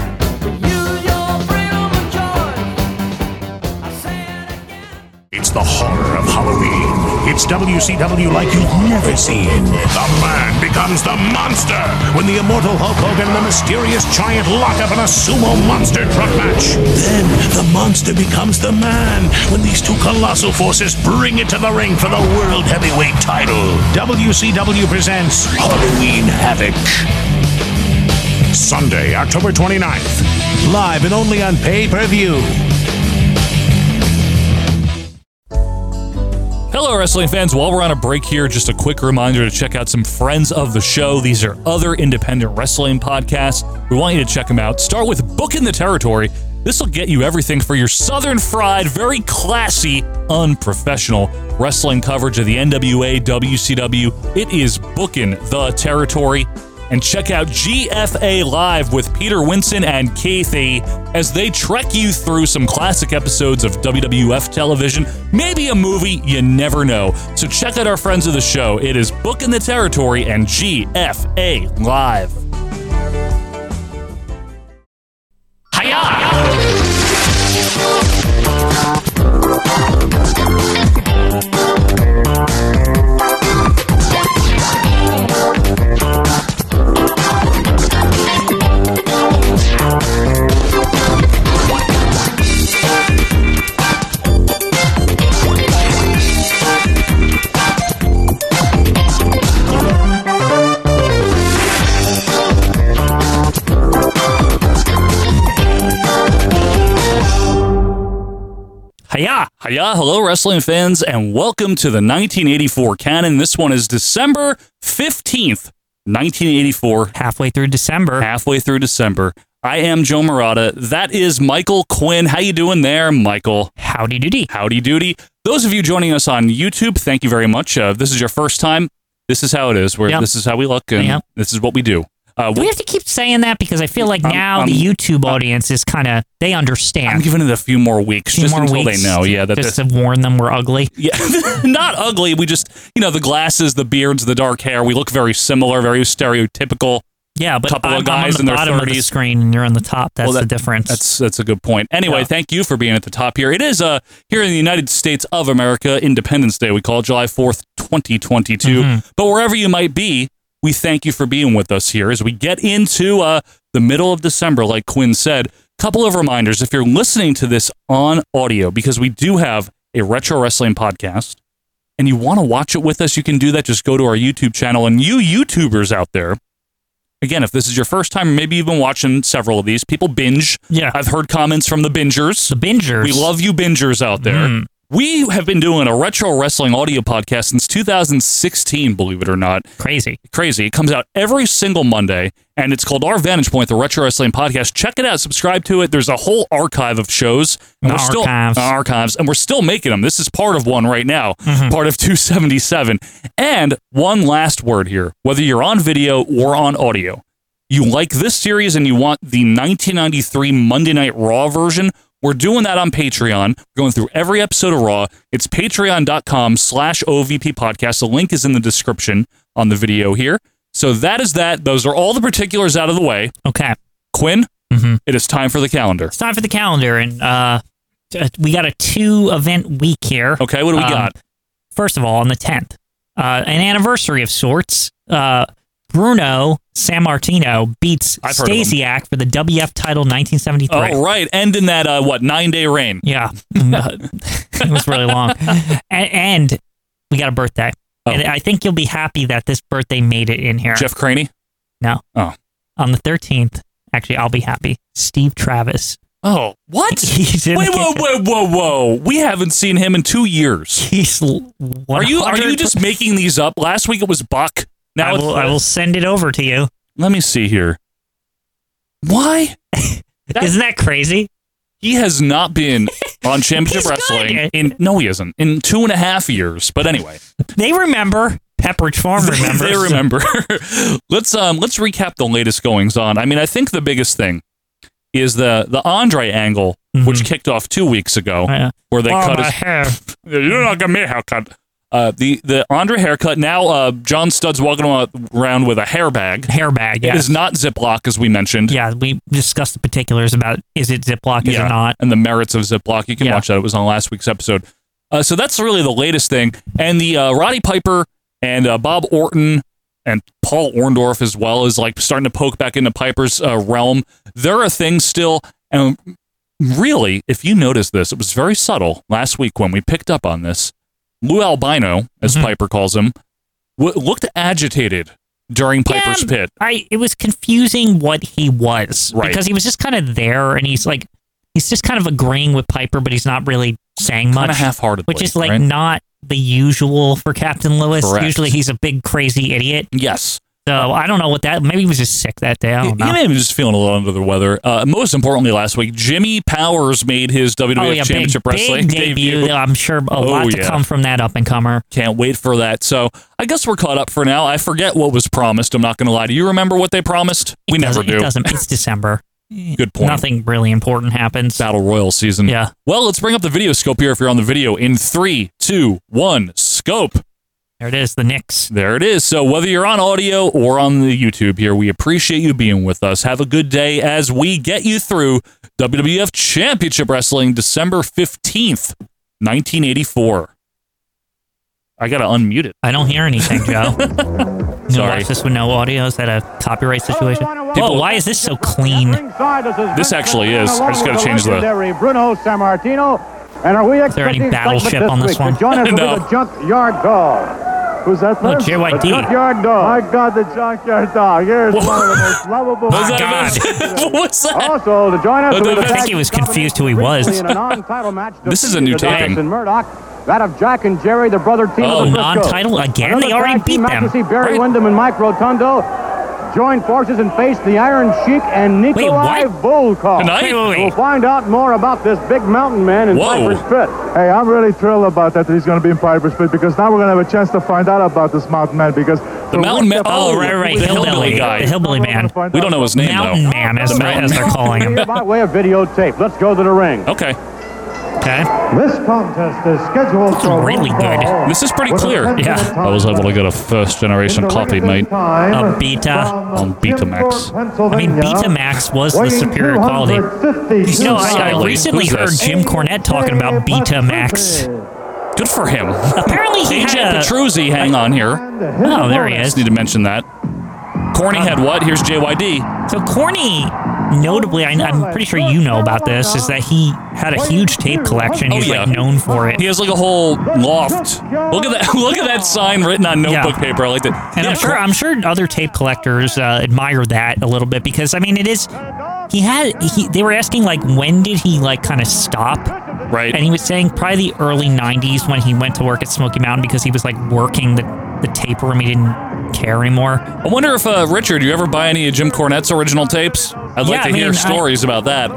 Use your freedom of choice. I said again. It's the horror of Halloween. It's WCW like you've never seen. The man becomes the monster when the immortal Hulk Hogan and the mysterious giant lock up in a sumo monster truck match. Then the monster becomes the man when these two colossal forces bring it to the ring for the world heavyweight title. WCW presents Halloween Havoc. Sunday, October 29th. Live and only on pay per view. Hello, wrestling fans. While we're on a break here, just a quick reminder to check out some friends of the show. These are other independent wrestling podcasts. We want you to check them out. Start with Booking the Territory. This will get you everything for your Southern fried, very classy, unprofessional wrestling coverage of the NWA, WCW. It is Booking the Territory and check out GFA Live with Peter Winson and Kathy as they trek you through some classic episodes of WWF television, maybe a movie, you never know. So check out our friends of the show. It is Book in the Territory and GFA Live. Hiya! Hiya! Hello, wrestling fans, and welcome to the 1984 canon. This one is December 15th, 1984. Halfway through December. Halfway through December. I am Joe Morata. That is Michael Quinn. How you doing there, Michael? Howdy doody. Howdy doody. Those of you joining us on YouTube, thank you very much. Uh, if this is your first time. This is how it is. Where Yep. this is how we look, and Yep. this is what we do. Uh, Do we have to keep saying that because I feel like I'm- now I'm- the YouTube audience is kind of they understand. I'm giving it a few more weeks, Few just more until weeks they know. Yeah, that just this- to warn them we're ugly. Yeah, not ugly. We just, you know, the glasses, the beards, the dark hair. We look very similar, very stereotypical. Yeah, but Couple of I'm, I'm guys on in the their bottom of the 30s. screen and you're on the top. That's Well, the that- difference. That's that's a good point. Anyway, Yeah. thank you for being at the top here. It is uh here in the United States of America Independence Day. We call it July Fourth, twenty twenty two. But wherever you might be, we thank you for being with us here as we get into uh the middle of December. Like Quinn said, couple of reminders if you're listening to this on audio because we do have a retro wrestling podcast. And you want to watch it with us, you can do that. Just go to our YouTube channel. And you YouTubers out there, again, if this is your first time, or maybe you've been watching several of these, people binge. Yeah. I've heard comments from the bingers. the bingers. We love you, bingers out there. Mm. We have been doing a retro wrestling audio podcast since 2016, believe it or not. crazy. Crazy. It comes out every single Monday, and it's called Our Vantage Point, the Retro Wrestling Podcast. Check it out. Subscribe to it. There's a whole archive of shows. And still Archives. archives, and we're still making them. This is part of one right now, part of 277. And one last word here whether you're on video or on audio, you like this series and you want the 1993 Monday Night Raw version, we're doing that on Patreon. We're going through every episode of Raw. It's patreon.com slash OVP podcast. The link is in the description on the video here. So that is that. Those are all the particulars out of the way. Okay. Quinn, it is time for the calendar. It's time for the calendar, and uh, t- we got a two event week here. Okay, what do we Um, got? First of all, on the tenth, uh, an anniversary of sorts. Uh, Bruno San Martino beats I've heard of him. Stasiak for the WF title 1973. Oh, right. End in that, uh, what, nine day reign? Yeah, Mm, uh, it was really long, and, and we got a birthday. And I think you'll be happy that this birthday made it in here. Oh. Jeff Craney? no, Oh. on the thirteenth. Actually, I'll be happy. Steve Travis. Oh, what? He's in Wait, the- whoa, whoa, whoa, whoa. We haven't seen him in two years. He's l- Are you are 100 you just making these up? Last week it was Buck. Now I it's, will, I will send it over to you. Let me see here. Why? That- Isn't that crazy? He has not been on Championship He's Wrestling good. in no, he isn't in two and a half years. But anyway, They remember. Pepperidge Farm remembers. they remember. let's um let's recap the latest goings on. I mean, I think the biggest thing is the the Andre angle, which kicked off two weeks ago, Yeah. where they Mm-hmm. Oh, cut my his hair. You're not gonna me a haircut. Uh, the the Andre haircut. Now uh, John Stud's walking wa- around with a hair bag. Hair bag. It Yeah. is not Ziploc, as we mentioned. yeah. We discussed the particulars about is it Ziploc, is Yeah, it not? And the merits of Ziploc. You can Yeah. watch that. It was on last week's episode. Uh, so that's really the latest thing. And the uh, Roddy Piper and uh, Bob Orton and Paul Orndorff as well is like starting to poke back into Piper's uh, realm. There are things still. And really, if you notice this, it was very subtle last week when we picked up on this. Lou Albino, as Mm-hmm. Piper calls him, w- looked agitated during Piper's Yeah, pit. I, it was confusing what he was. Right. Because he was just kind of there and he's like, he he's just kind of agreeing with Piper, but he's not really saying Kinda much. half-heartedly, which is like right? not the usual for Captain Lewis. Correct. Usually he's a big crazy idiot. Yes. So I don't know what that. Maybe he was just sick that day. I don't know. He may have been just feeling a little under the weather. Uh, most importantly, last week, Jimmy Powers made his WWE oh yeah, big, Championship Wrestling big debut. I'm sure a Oh, lot to yeah. come from that up and comer. Can't wait for that. So I guess we're caught up for now. I forget what was promised. I'm not going to lie. Do you remember what they promised? We never Doesn't- do. It doesn't. It's December. Good point. Nothing really important happens. Battle Royal season. Yeah. Well, let's bring up the video scope here if you're on the video in three, two, one, scope. There it is, the Knicks. There it is. So whether you're on audio or on the YouTube here, we appreciate you being with us. Have a good day as we get you through WWF Championship Wrestling December 15th, 1984. I got to unmute it. I don't hear anything, Joe. You know, Sorry. watch this with no audio. Is that a copyright situation? People- oh, why is this so clean? This actually is. I just got to change the. Bruno Sammartino. And are we there any expecting battleship excitement on this week? one? To join us will be No. the Junkyard Dog. Who's that? No, sir? JYD. The Junkyard Dog. My God, the Junkyard Dog. Here's one of the most lovable. My God. What's that? Also, to join us will be the I think he was confused who he was. in a non-title match. This is a new defeated the taping. Dawson Murdoch, that of Jack and Jerry, the brother team Oh, of the Briscoes. non-title again? Another They already tag team beat match them. to see Barry Windham and Mike Rotundo join forces and face the Iron Sheik and Nikolai what? Volkov. Tonight? Wait, wait, wait. We'll find out more about this big mountain man in Whoa. Piper's Pit. Hey, I'm really thrilled about that, that he's going to be in Piper's Pit because now we're going to have a chance to find out about this mountain man because The Mountain Man. Oh, right, right. The hillbilly, guy. The hillbilly man. We don't know his name, Mountain though. man, as, The they're, as Mountain they're calling him. Here by way of videotape. Let's go to the ring. Okay. Okay. This contest is scheduled for Really good. This is pretty clear. Yeah. I was able to get a first generation copy, mate. A beta. On Betamax. I mean, Betamax was the superior quality. You know, I, I Slightly. recently Who's heard this? Jim Cornette talking about Betamax. Good for him. Apparently he Agent had a- Petruzzi, hang on here. Oh, there he is. Just need to mention that. Corny had what? Here's JYD. So Corny, notably, I, I'm pretty sure you know about this, is that he had a huge tape collection. He's like known for it. He has like a whole loft. Look at that! Look at that sign written on notebook Yeah. paper. I like that. And I'm sure I'm sure other tape collectors uh, admire that a little bit because I mean it is he had he they were asking like when did he like kind of stop right and he was saying probably the early 90s when he went to work at Smoky Mountain because he was like working the the tape room he didn't care anymore I wonder if uh, Richard, you ever buy any of Jim Cornette's original tapes? I'd like Yeah, to I mean, hear I- stories about that.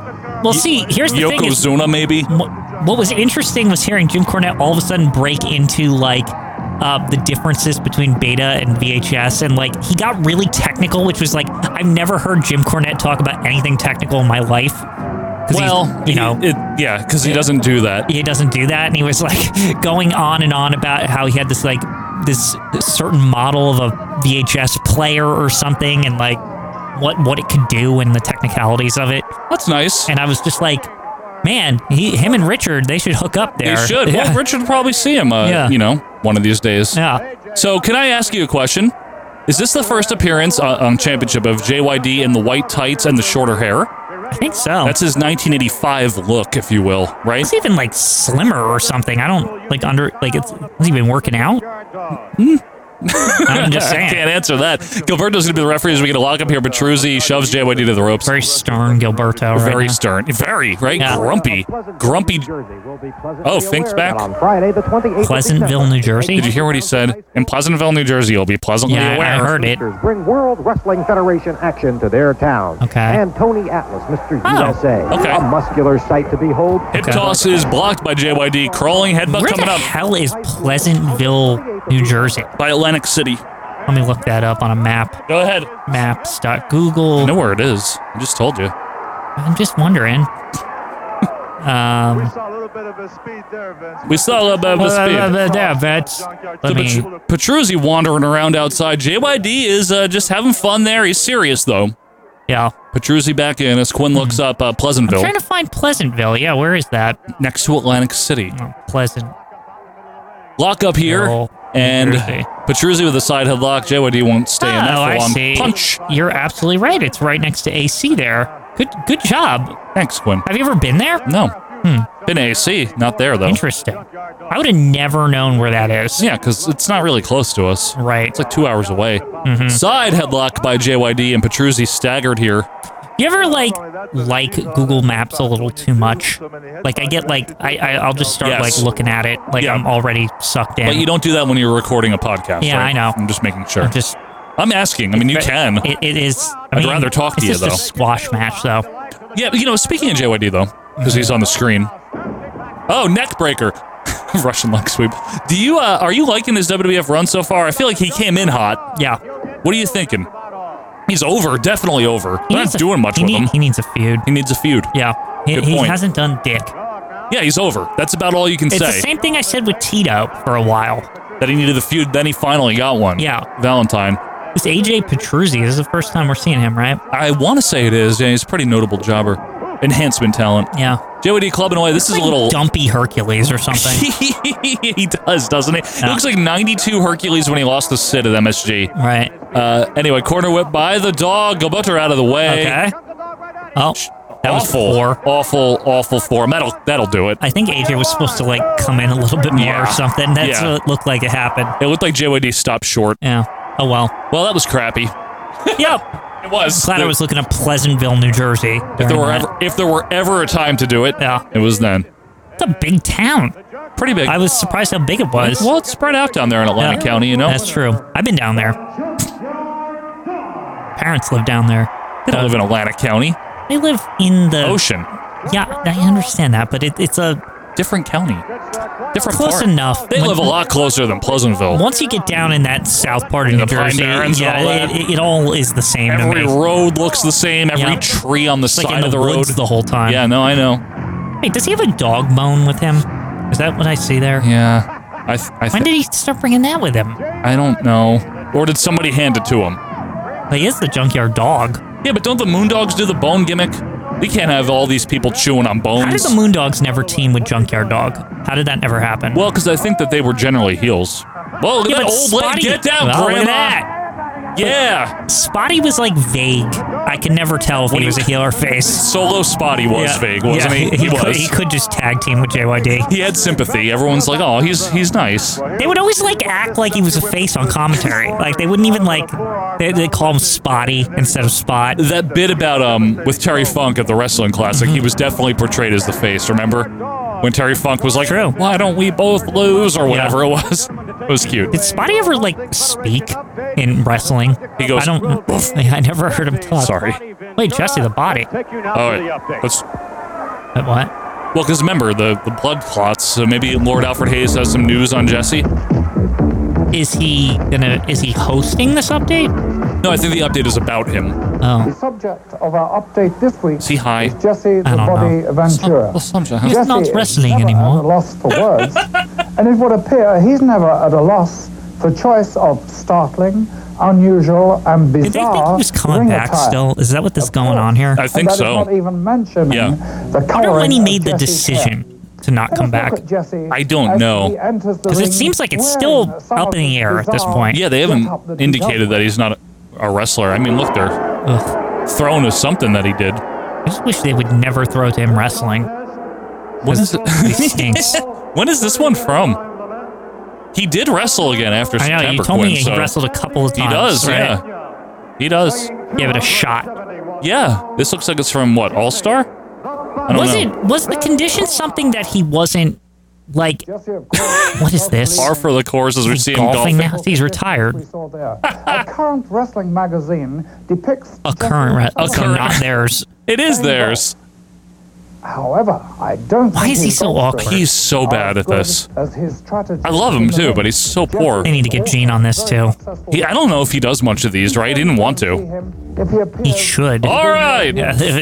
well see here's the thing is, Yokozuna, maybe. what, what was interesting was hearing Jim Cornette all of a sudden break into like uh, the differences between beta and VHS, and like he got really technical, which was like I've never heard Jim Cornette talk about anything technical in my life. 'Cause he's, Well, you know, It, yeah, because he doesn't do that. he doesn't do that, and he was like going on and on about how he had this like this certain model of a VHS player or something, and like what what it could do and the technicalities of it. That's nice. And I was just like, man, he, him and Richard, they should hook up there. You should. Yeah. Well, Richard will probably see him, uh, Yeah. you know, one of these days. Yeah. So, can I ask you a question? Is this the first appearance uh, on Championship of JYD in the white tights and the shorter hair? I think so. That's his 1985 look, if you will, right? It's even like slimmer or something. I don't like under like it's has he been working out? I'm just saying. Can't answer that. Gilberto's going to be the referee as we get a lock up here. Petruzzi shoves JYD to the ropes. Very stern, Gilberto. Right Very now. stern. Very, right? Yeah. Grumpy. Grumpy. Oh, Fink's back. Friday, the 28th. Pleasantville, New Jersey. Did you hear what he said? In Pleasantville, New Jersey, you'll be pleasantly Yeah, I- aware. I heard it. Bring World Wrestling Federation action to their town. Okay. And Tony Atlas, Mr. Oh, USA. okay. A muscular sight to behold. Hip toss is blocked by JYD. Crawling headbutt Where coming the up hell is Pleasantville, New Jersey? by Atlantic City. Let me look that up on a map. Go ahead. Maps.google. I know where it is. I just told you. I'm just wondering. Um, saw a little bit of his speed there, Vince. We saw a little bit of his speed. yeah, that's. uh, Let me. So Petru- Petruzzi wandering around outside. JYD is uh, just having fun there. He's serious, though. Yeah. Mm-hmm. Petruzzi back in as Quinn looks up uh, I'm Pleasantville trying to find Pleasantville. Yeah, where is that? next to Atlantic City. Oh, Pleasant. Lock up here. Hill, and Jersey. Petruzzi with a side headlock. JYD won't stay in that oh, I full on see. punch. You're absolutely right. It's right next to AC there. Good good job. Thanks, Quinn. Have you ever been there? No. Hmm. Been to AC. Not there, though. Interesting. I would have never known where that is. Yeah, because it's not really close to us. Right. Mm-hmm. It's like two hours away. Side headlock by JYD and Petruzzi staggered here. You ever like like Google Maps a little too much? Like I get like I, I I'll just start Yes. like looking at it like I'm already sucked in. But you don't do that when you're recording a podcast. Yeah, right? I know. I'm just making sure. just I'm asking. I mean, you can. It, it is. I I'd mean, rather talk to it's you, just a though. squash match though. Yeah, but, you know, speaking of JYD though, because he's on the screen. Oh, neck breaker. Russian leg sweep. Do you uh, are you liking his WWF run so far? I feel like he came in hot. Yeah. What are you thinking? He's over, definitely over. They're not needs a- doing much he with need- him. He needs a feud. He needs a feud. Yeah. He, Good he point. hasn't done dick. Yeah, he's over. That's about all you can It's say. the same thing I said with Tito for a while. That he needed the feud, then he finally got one. Yeah. Valentine. This AJ Petruzzi this is the first time we're seeing him, right? I want to say it is. Yeah, he's a pretty notable jobber. Enhancement talent. Yeah. JYD Club in a way. This is a little dumpy Hercules or something. he does, doesn't he? It Yeah. looks like 92 Hercules when he lost the sit at MSG. Right. Uh, anyway, corner whip by the dog. Gabutter out of the way. Okay. Oh, that was awful, four. awful, awful form. That'll that'll do it. I think AJ was supposed to like come in a little bit more Yeah. or something. That's Yeah. what it looked like it happened. It looked like JYD stopped short. Yeah. Oh well. Well, that was crappy. yep. It was. Glad I was looking at Pleasantville, New Jersey. If there during were that. ever if there were ever a time to do it, Yeah. it was then. it's a big town. Pretty big. I was surprised how big it was. Well, it's spread out down there in Atlanta Yeah. County, you know. That's true. I've been down there. Parents live down there. They don't live in Atlanta County. They live in the Ocean, Yeah, I understand that, but it, it's a different county, different. close part. enough. They When- live a lot closer than Pleasantville. Once you get down in that south part of In New the Pine Jersey, Barrens and yeah, all that. it, it, it all is the same to Every me. road looks the same. Every Yeah. tree on the It's side like in of the the road woods the whole time. Yeah, no, I know. Wait, does he have a dog bone with him? Is that what I see there? Yeah, I, th- I, When th- did he start bringing that with him? I don't know. Or did somebody hand it to him? Like, he is the junkyard dog. Yeah, but don't the Moondogs do the bone gimmick? We can't have all these people chewing on bones. How did the Moondogs never team with Junkyard Dog? How did that never happen? well, because I think that they were generally heels. Well, look Yeah, at that but old Spotty- lady. Get down, well, grandma. Look at that. Yeah, Spotty was like vague. I could never tell if he was a heel or face. solo Spotty was Yeah. vague, wasn't Yeah, he? He, was. Could, he could just tag team with JYD. He had sympathy. Everyone's like, oh, he's he's nice. They would always like act like he was a face on commentary. Like they wouldn't even like they they call him Spotty instead of Spot. That bit about um with Terry Funk at the wrestling classic, Mm-hmm. he was definitely portrayed as the face. Remember when Terry Funk was like, True. "Why don't we both lose?" or whatever it was. It was cute. Did Spotty ever like speak in wrestling? He goes, I don't. I never heard him talk. Sorry. Wait, Jesse the Body. All right, let's But what? Uh, Well, because remember the the blood clots. So maybe Lord Alfred Hayes has some news on Jesse. Is he gonna? Is he hosting this update? No, I think the update is about him. Oh, subject of our update this week See hi. is Jesse the I don't Body know. Ventura. he's Jesse not is wrestling never anymore. At a loss for words, and it would appear he's never at a loss for choice of startling, unusual, and Did they think he bizarre was coming ring back attire. still? Is that what this going on here? I and think that is so. not even mentioning Yeah. the I wonder colouring when he of made the Jesse's hair. decision to not Let come us back. look at Jesse I don't as know. he enters the Because it ring seems like it's wearing still some up of in the his air at this bizarre point. Yeah, they getup that haven't he indicated does. that he's not a, a wrestler. I mean, look, they're Ugh. thrown as something that he did. I just wish they would never throw to him wrestling. When is He stinks. it? when is this one from? He did wrestle again after I know. September. You told me Quinn, he so- wrestled a couple of He times. does, right? yeah. He does. Gave it a shot. Yeah. This looks like it's from what, All Star? I don't Was know. it? Was the condition something that he wasn't like? what is this? Par for the course as we He's see him golfing golfing. now. He's retired. saw there. a current wrestling magazine depicts A current Jesse re- as a current not theirs. It is theirs. However, I don't. Why think is he his so golf awkward? swing He's so are bad at good this. As his strategy I love him too, but he's so poor. They need to get Gene on this too. He, I don't know if he does much of these, right? He didn't want to. If he appears, He should. All right. Yeah, if- if-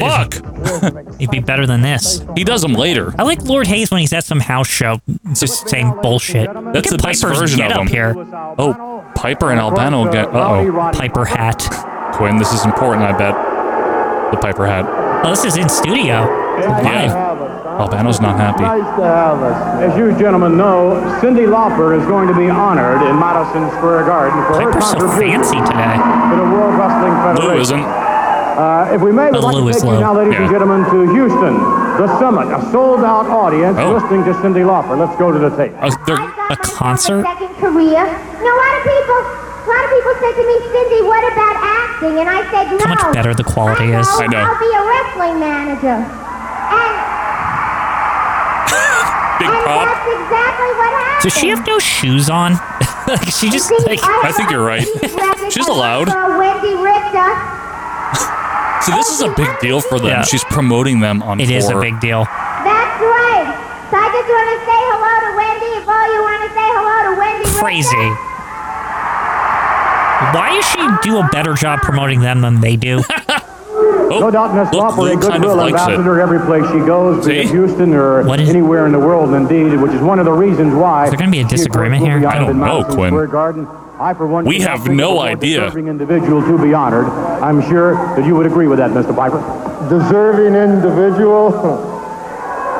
Fuck. He'd be better than this. He does them later. I like Lord Hayes when he's at some house show, just saying bullshit. That's the Look at best Piper's version get of up him. here. Oh, Piper and Albano get. Uh Piper hat. oh. Quinn, this is important, I bet. The Piper hat. Oh, this is in studio. Live. Yeah. Albano's not happy. Nice to have us. As you gentlemen know, Cindy Lauper is going to be honored in Madison Square Garden for her Piper's so contribution fancy today. to the World Wrestling Lou Federation. isn't. Uh, if we may, But I'd like to Lou is take you low. now, ladies and Yeah. gentlemen, to Houston, the summit, a sold-out audience Oh. listening to Cindy Lauper. Let's go to the tape. Uh, they're- A concert? Second career. No other people A lot of people said to me, Cindy, what about acting? And I said, no. How much better the quality is. I'll, I'll be a wrestling manager. Big That's exactly what happened. Does she have no shoes on? like she just like I think you're right. She's allowed. For Wendy Richter. So this is a big deal for them. Yeah. She's promoting them on. It is a tour. big deal. That's right. So I just want to say hello to Wendy. If all you want to say hello to Wendy Crazy. Richter. Why does she do a better job promoting them than they do? Oh, no doubt Miss Lauper, a Lou kind of goodwill likes it. ambassador every place she goes, be it Houston or anywhere in the world, indeed, which is one of the reasons why. Is there going to be a disagreement here? I don't know, Quinn. Garden. I, for one, We do not have think no it's a more idea. deserving individual to be honored. I'm sure that you would agree with that, Mr. Piper. deserving individual.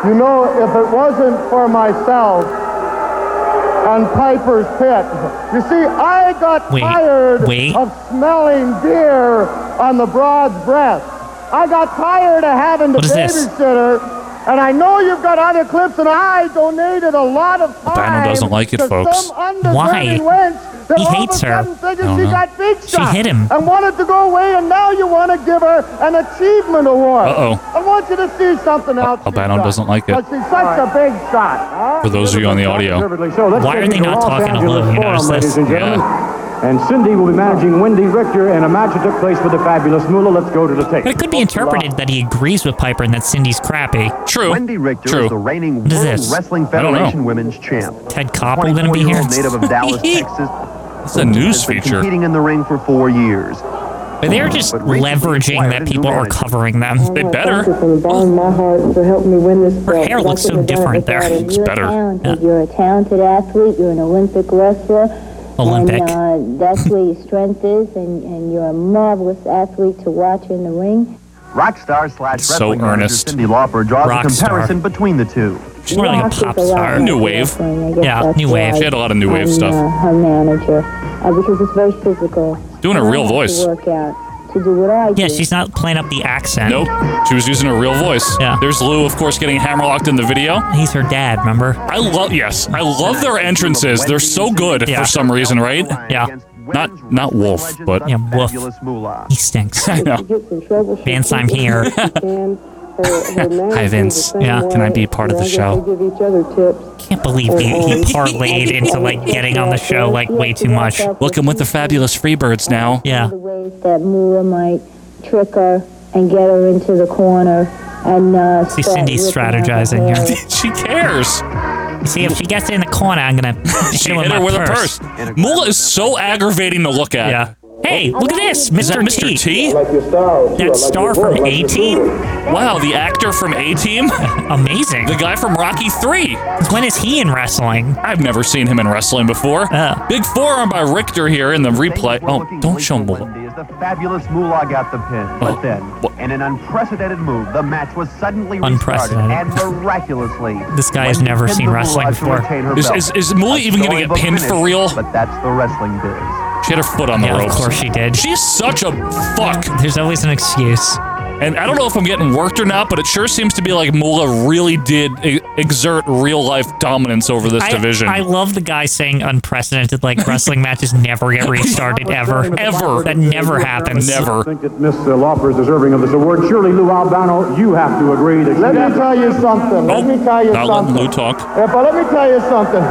You know, if it wasn't for myself and Piper's Pit, you see, I got Wait, tired wait. of smelling beer on the broad's breath. I got tired of having to What is this? babysitter, and I know you've got other clips, and I donated a lot of time. Dino doesn't like it, to folks. some undeserving wench that He all hates of her. a sudden figures I don't she know. got big She shot hit him. and wanted to go away, and now you want to give her an achievement award. Uh-oh. I want you to see something else. Albano doesn't like it. But she's such a big shot. For those of you on the audio, Deservedly So let's Why take are you they to not Los talking to Angeles Lou? You Forum, notice ladies this? and gentlemen. And Cindy will be managing Wendy Richter in a match that took place with the fabulous Moolah. Let's go to the tape. But it could be interpreted that he agrees with Piper and that Cindy's crappy. True. Wendy Richter is the reigning What is World this? Wrestling I don't know. Federation Women's Champ. Ted Koppel gonna be here? 24-year-old native of Dallas, Texas. It's a news has been feature. Competing in the ring for four years. But they're just leveraging that people are covering Oh, them. They Thank you from the bottom of my heart for helping me win this Her hair looks so different there. It's you're better. Talented. You're a talented athlete. You're an Olympic wrestler. Olympic. And uh, that's where your strength is, and, and you're a marvelous athlete to watch in the ring. Rock star slash So wrestling manager earnest. Cindy Lauper draws Rock a star. comparison between the two. She's more like a pop star. New wave. that's why She had a lot of new wave I'm, Uh, stuff. her manager, uh, because it's very physical. Doing a And I real have to voice. Work out to do what I Yeah, do. she's not playing up the accent. Nope. She was using her real voice. Yeah. There's Lou, of course, getting hammerlocked in the video. He's her dad, remember? I love yes, I love their entrances. They're so good for some reason, right? Yeah. Not not Wolf, but Yeah, Wolf. He stinks. I know. Vince, I'm here. Hi, uh, Hi, Vince. Yeah. Can I be part of the show? Give each other tips. Can't believe he, he parlayed into like getting on the show like way too much. Look, I'm with the fabulous Freebirds now. Yeah. ways that Moore might trick her and get her into the corner and uh, See, start Cindy's ripping out her strategizing hair. here. she cares. See, if she gets in the corner, I'm gonna She hit hit my her with purse. a purse. Moolah is so aggravating to look at. Yeah. Hey, look at this, Is that E? Mr. Mr. T? That star from A Team. Wow, the actor from A Team? Amazing. The guy from Rocky 3. When is he in wrestling? Oh. I've never seen him in wrestling before. Big forearm by Richter here in the replay. Oh, don't show Moolah. Is the fabulous Moolah got the pin. Oh. But then, in an unprecedented move, the match was suddenly restarted Unprecedented. and miraculously. This guy has never seen wrestling before. Is- is- is Moolah even gonna get pinned for real? But that's the wrestling biz. She had her foot on the Yeah, of ropes. course she did. She's such a fuck. There's always an excuse. And I don't know if I'm getting worked or not, but it sure seems to be like Moolah really did e- exert real life dominance over this I, division. I love the guy saying unprecedented, like wrestling matches never get restarted ever. Ever. That never happens. I think that Miss Lauper is deserving of this award. Surely, Lou Albano, you have to agree that Let she me has- tell you something. Let me tell you Not letting something. Lou talk. Yeah, but let me tell you something.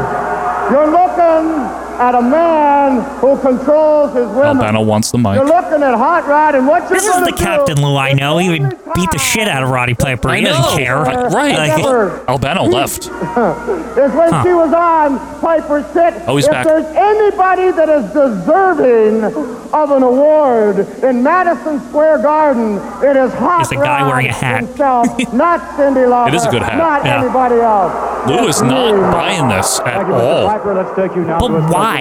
You're looking at a man who controls his Oh women. Albano wants the mic. You're looking at Hot Rod, and what you're This is gonna the Captain Lou I know. He would beat the shit out of Roddy Piper. He doesn't care. Right. Like, Albano oh, left. do is when Huh. she was on Piper's Pit. Oh, he's if back. there's anybody that is deserving of an award in Madison Square Garden, it is Hot It's a guy Rod wearing a hat. himself, not Cindy Lauper. It is a good hat. Not Yeah. anybody else. Lou is not buying this at all. Oh. But why?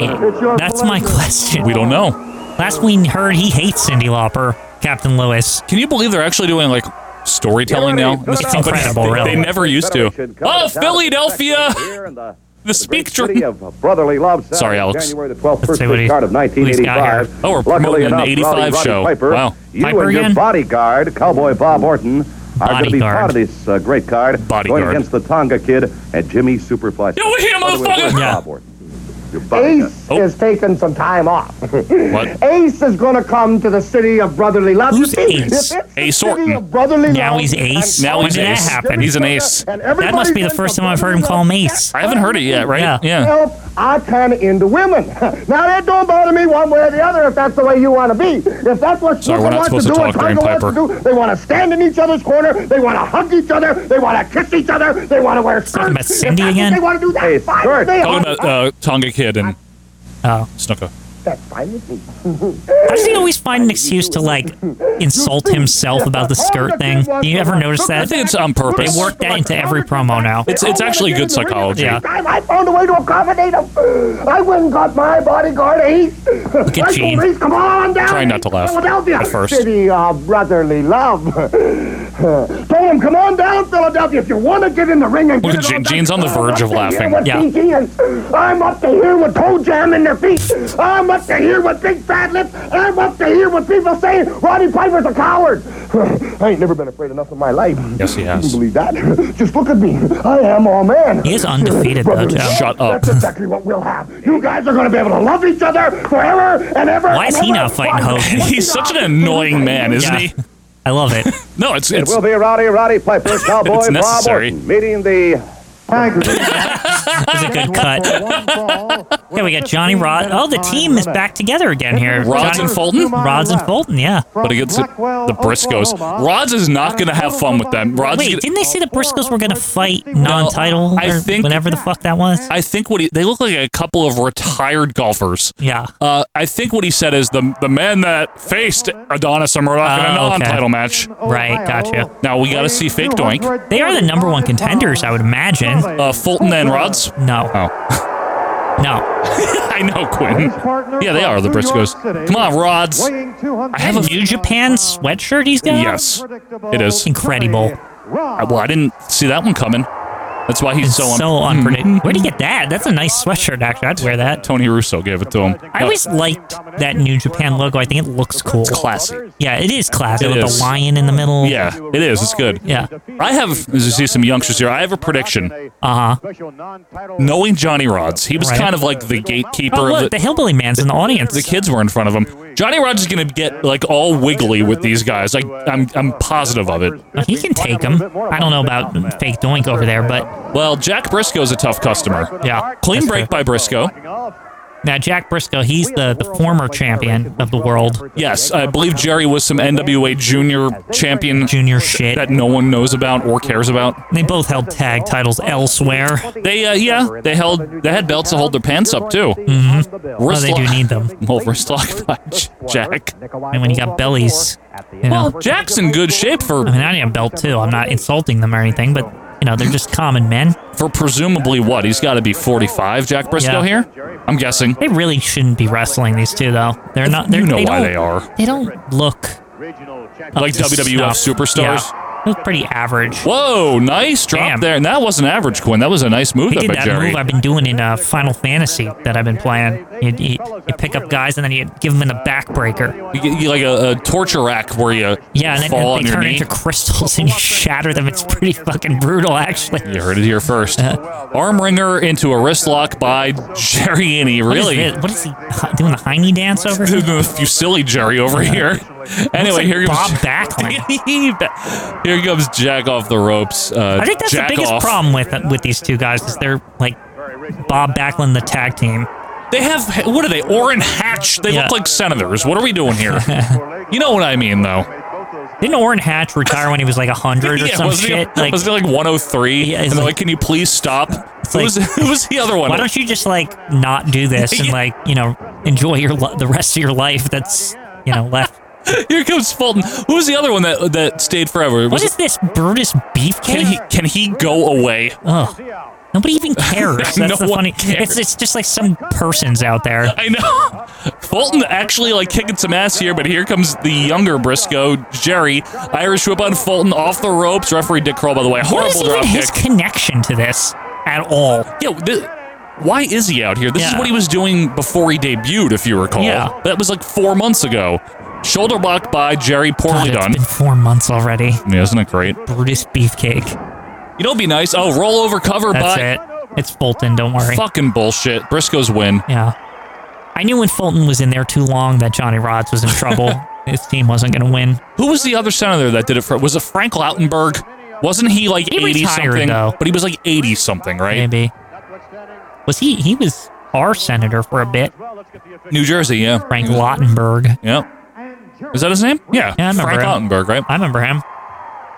That's my question. We don't know. Last we heard, he hates Cindy Lauper, Captain Lewis. Can you believe they're actually doing like storytelling now? in This It's company? incredible, They- really. They never used to. Oh, Philadelphia! The speak of uh, brotherly love. Saturday, Sorry, Alex. January the 12th, Let's first see what big he- card of what he's got here. 1985. Oh, we're Luckily promoting an enough, Rowdy 85 Roddy show. Piper, Wow. You Piper and again? your bodyguard, Cowboy Bob Orton, are going to be Bodyguard. part of this uh, great card, going Bodyguard. against the Tonga Kid and Jimmy Superfly. Yo, we here, By the way, where's motherfucker! Yeah. Bob Orton? Ace is taking some time off. Oh. What? Ace is going to come to the city of brotherly love. Who's You Ace? see, if it's the Ace city Orton. of brotherly Now love he's and Ace. Now When he's did Ace. that happen? He's an ace. That must be the first time I've heard him call him Ace. I haven't heard it yet, right? Yeah. help, I kind of into women. Now that don't bother me one way or the other if that's the way you want to be. If that's Sorry, what Snooker we're not wants to supposed to do, and talk during Tiger wants to Piper. do, they want to stand in each other's corner. They want to hug each other. They want to kiss each other. They want to wear skirts. Talking about If Cindy that's what again? They want to do that. Hey, fine. skirt. They Talking are- about uh, Tonga Kid and Oh. Snooka. That's fine with me. How does he always find an excuse to like insult himself about the skirt thing? Do you ever notice that? I think it's on purpose. They work that into every promo now. It's it's actually good psychology. Yeah. Time I found a way to accommodate them. I went and got my bodyguard Ace. Look at Gene. come on down. Try not to laugh Philadelphia. at first. City of brotherly love. Told him, come on down, Philadelphia. If you want to get in the ring and Look at get it Gene. on Gene's on the verge of laughing. What E Yeah. is. I'm up to here with toe jam in their feet. I'm up to here with big fat lips. I'm up to here with people saying Roddy Piper's a coward. I ain't never been afraid enough in my life. Yes, he You has. believe that? Just look at me. I am all man. He is undefeated, though, Joe. Shut up. That's exactly what we'll have. You guys are going to be able to love each other forever and ever. Why is and he ever. not fighting Hogan? He's such an annoying man, isn't Yeah. he? I love it. No, Oh, it's It it's will be Roddy Roddy Piper, Cowboy Bob necessary. Orton, meeting the It's a good cut. Yeah, we got Johnny Rod. Oh, the team is back together again here. Rods Johnny- and Fulton? Rods and Fulton, yeah. but against the, the Briscoes. Rods is not going to have fun with them. Rods. Wait, gonna- didn't they say the Briscoes were going to fight non-title I or think- whatever the fuck that was? I think what he, they look like a couple of retired golfers. Yeah. Uh, I think what he said is the the men that faced Adonis and Murdoch in a Oh, okay. non-title match. Right, gotcha. Now we got to see Fake Doink. They are the number one contenders, I would imagine. Uh, Fulton and Rods. No. Oh, No. I know, Quinn. Yeah, they are the Briscoes. Come on, Rods. I have a New Japan sweatshirt he's got? Yes, it is. Incredible. I- well, I didn't see that one coming. That's why he's It's so so, un- unpredictable. Where'd he get that? That's a nice sweatshirt, actually. I'd wear that. Tony Russo gave it to him. I always liked that New Japan logo. I think it looks cool. It's classy. Yeah, it is classy. It with is. the lion in the middle. Yeah, it is. It's good. Yeah. I have, as you see some youngsters here, I have a prediction. Uh huh. Knowing Johnny Rods, he was Right. kind of like the gatekeeper. Oh, of look, the hillbilly man's in the audience. the kids were in front of him. Johnny Rods is going to get like all wiggly with these guys. Like I'm, I'm positive of it. He can take him. I don't know about fake doink over there, but Well, Jack Briscoe's a tough customer. yeah. Clean that's break fair. by Briscoe. Now, Jack Briscoe, he's the, the former champion of the world. Yes, I believe Jerry was some NWA junior champion Junior shit. that no one knows about or cares about. They both held tag titles elsewhere. They, uh, yeah, they held, they had belts to hold their pants up too. Mm-hmm. Oh, Wrist they do lock- need them. Well, wrist lock by J- Jack. And when you got bellies, you know. Well, Jack's in good shape for I mean, I need a belt too. I'm not insulting them or anything, but, you know, they're just common men. for presumably what? He's got to be 45, Jack Briscoe Yeah. here? I'm guessing. They really shouldn't be wrestling these two, though. They're not. They're, you know they why don't- they are. They don't look up Like to WWF snuff. superstars? Yeah. Look pretty average. Whoa, nice drop Damn. there. And that wasn't average, Quinn. That was a nice move He up did by that Jerry. move I've been doing in uh, Final Fantasy that I've been playing. You, you, you pick up guys and then you give them in the backbreaker. You get- you like a, a torture rack where you Yeah, and then fall on they your turn knee. into crystals and you shatter them. It's pretty fucking brutal, actually. you heard it here first. Uh, Arm ringer into a wrist lock by Jerry Annie. What is Really? this? What is he hi- doing? The Heine dance over here? you silly Jerry over here. Anyway, like here Bob comes Backlund. He ba- here comes Jack off the ropes. Uh, I think that's Jack the biggest off. problem with with these two guys is they're like Bob Backlund, the tag team. They have what are they? Orrin Hatch. They Yeah. look like senators. What are we doing here? you know what I mean, though. Didn't Orrin Hatch retire when he was like hundred or yeah, some wasn't shit? He, Like, wasn't he like 103? Yeah, and it's they're like, like- can you please stop? Who like- was, who was the other one? why don't you just like not do this and Yeah. like you know enjoy your li- the rest of your life that's you know left. Here comes Fulton. Who was the other one that that stayed forever? What Was is it- this Oh. Brutus Can he Beefcake? can he go away? Ugh. Nobody even cares. That's No the one funny. cares. It's it's just like some persons out there. I know. Fulton actually like kicking some ass here, but here comes the younger Briscoe, Jerry. Irish whip on Fulton off the ropes. Referee Dick Kroll, by the way, What horrible is even drop kick. his connection to this at all? Yeah, th- why is he out here? This is Yeah. what he was doing before he debuted, if you recall. Yeah. That was like four months ago. Shoulder block by Jerry, God, poorly it's done. been four months already. Yeah, isn't it great? Brutus Beefcake. You know, it'd be nice. Oh, roll over cover That's by it. It's Bolton, don't worry. Fucking bullshit. Briscoes win. Yeah. I knew when Fulton was in there too long that Johnny Rods was in trouble. His team wasn't going to win. Who was the other senator that did it for? Was it Frank Lautenberg? Wasn't he like He 80 retired, something? though. But he was like 80 something, right? Maybe. Was he? He was our senator for a bit. New Jersey, yeah. Frank Lautenberg. Yep. Is that his name? Yeah. Yeah, I remember Frank him. Lautenberg, right? I remember him.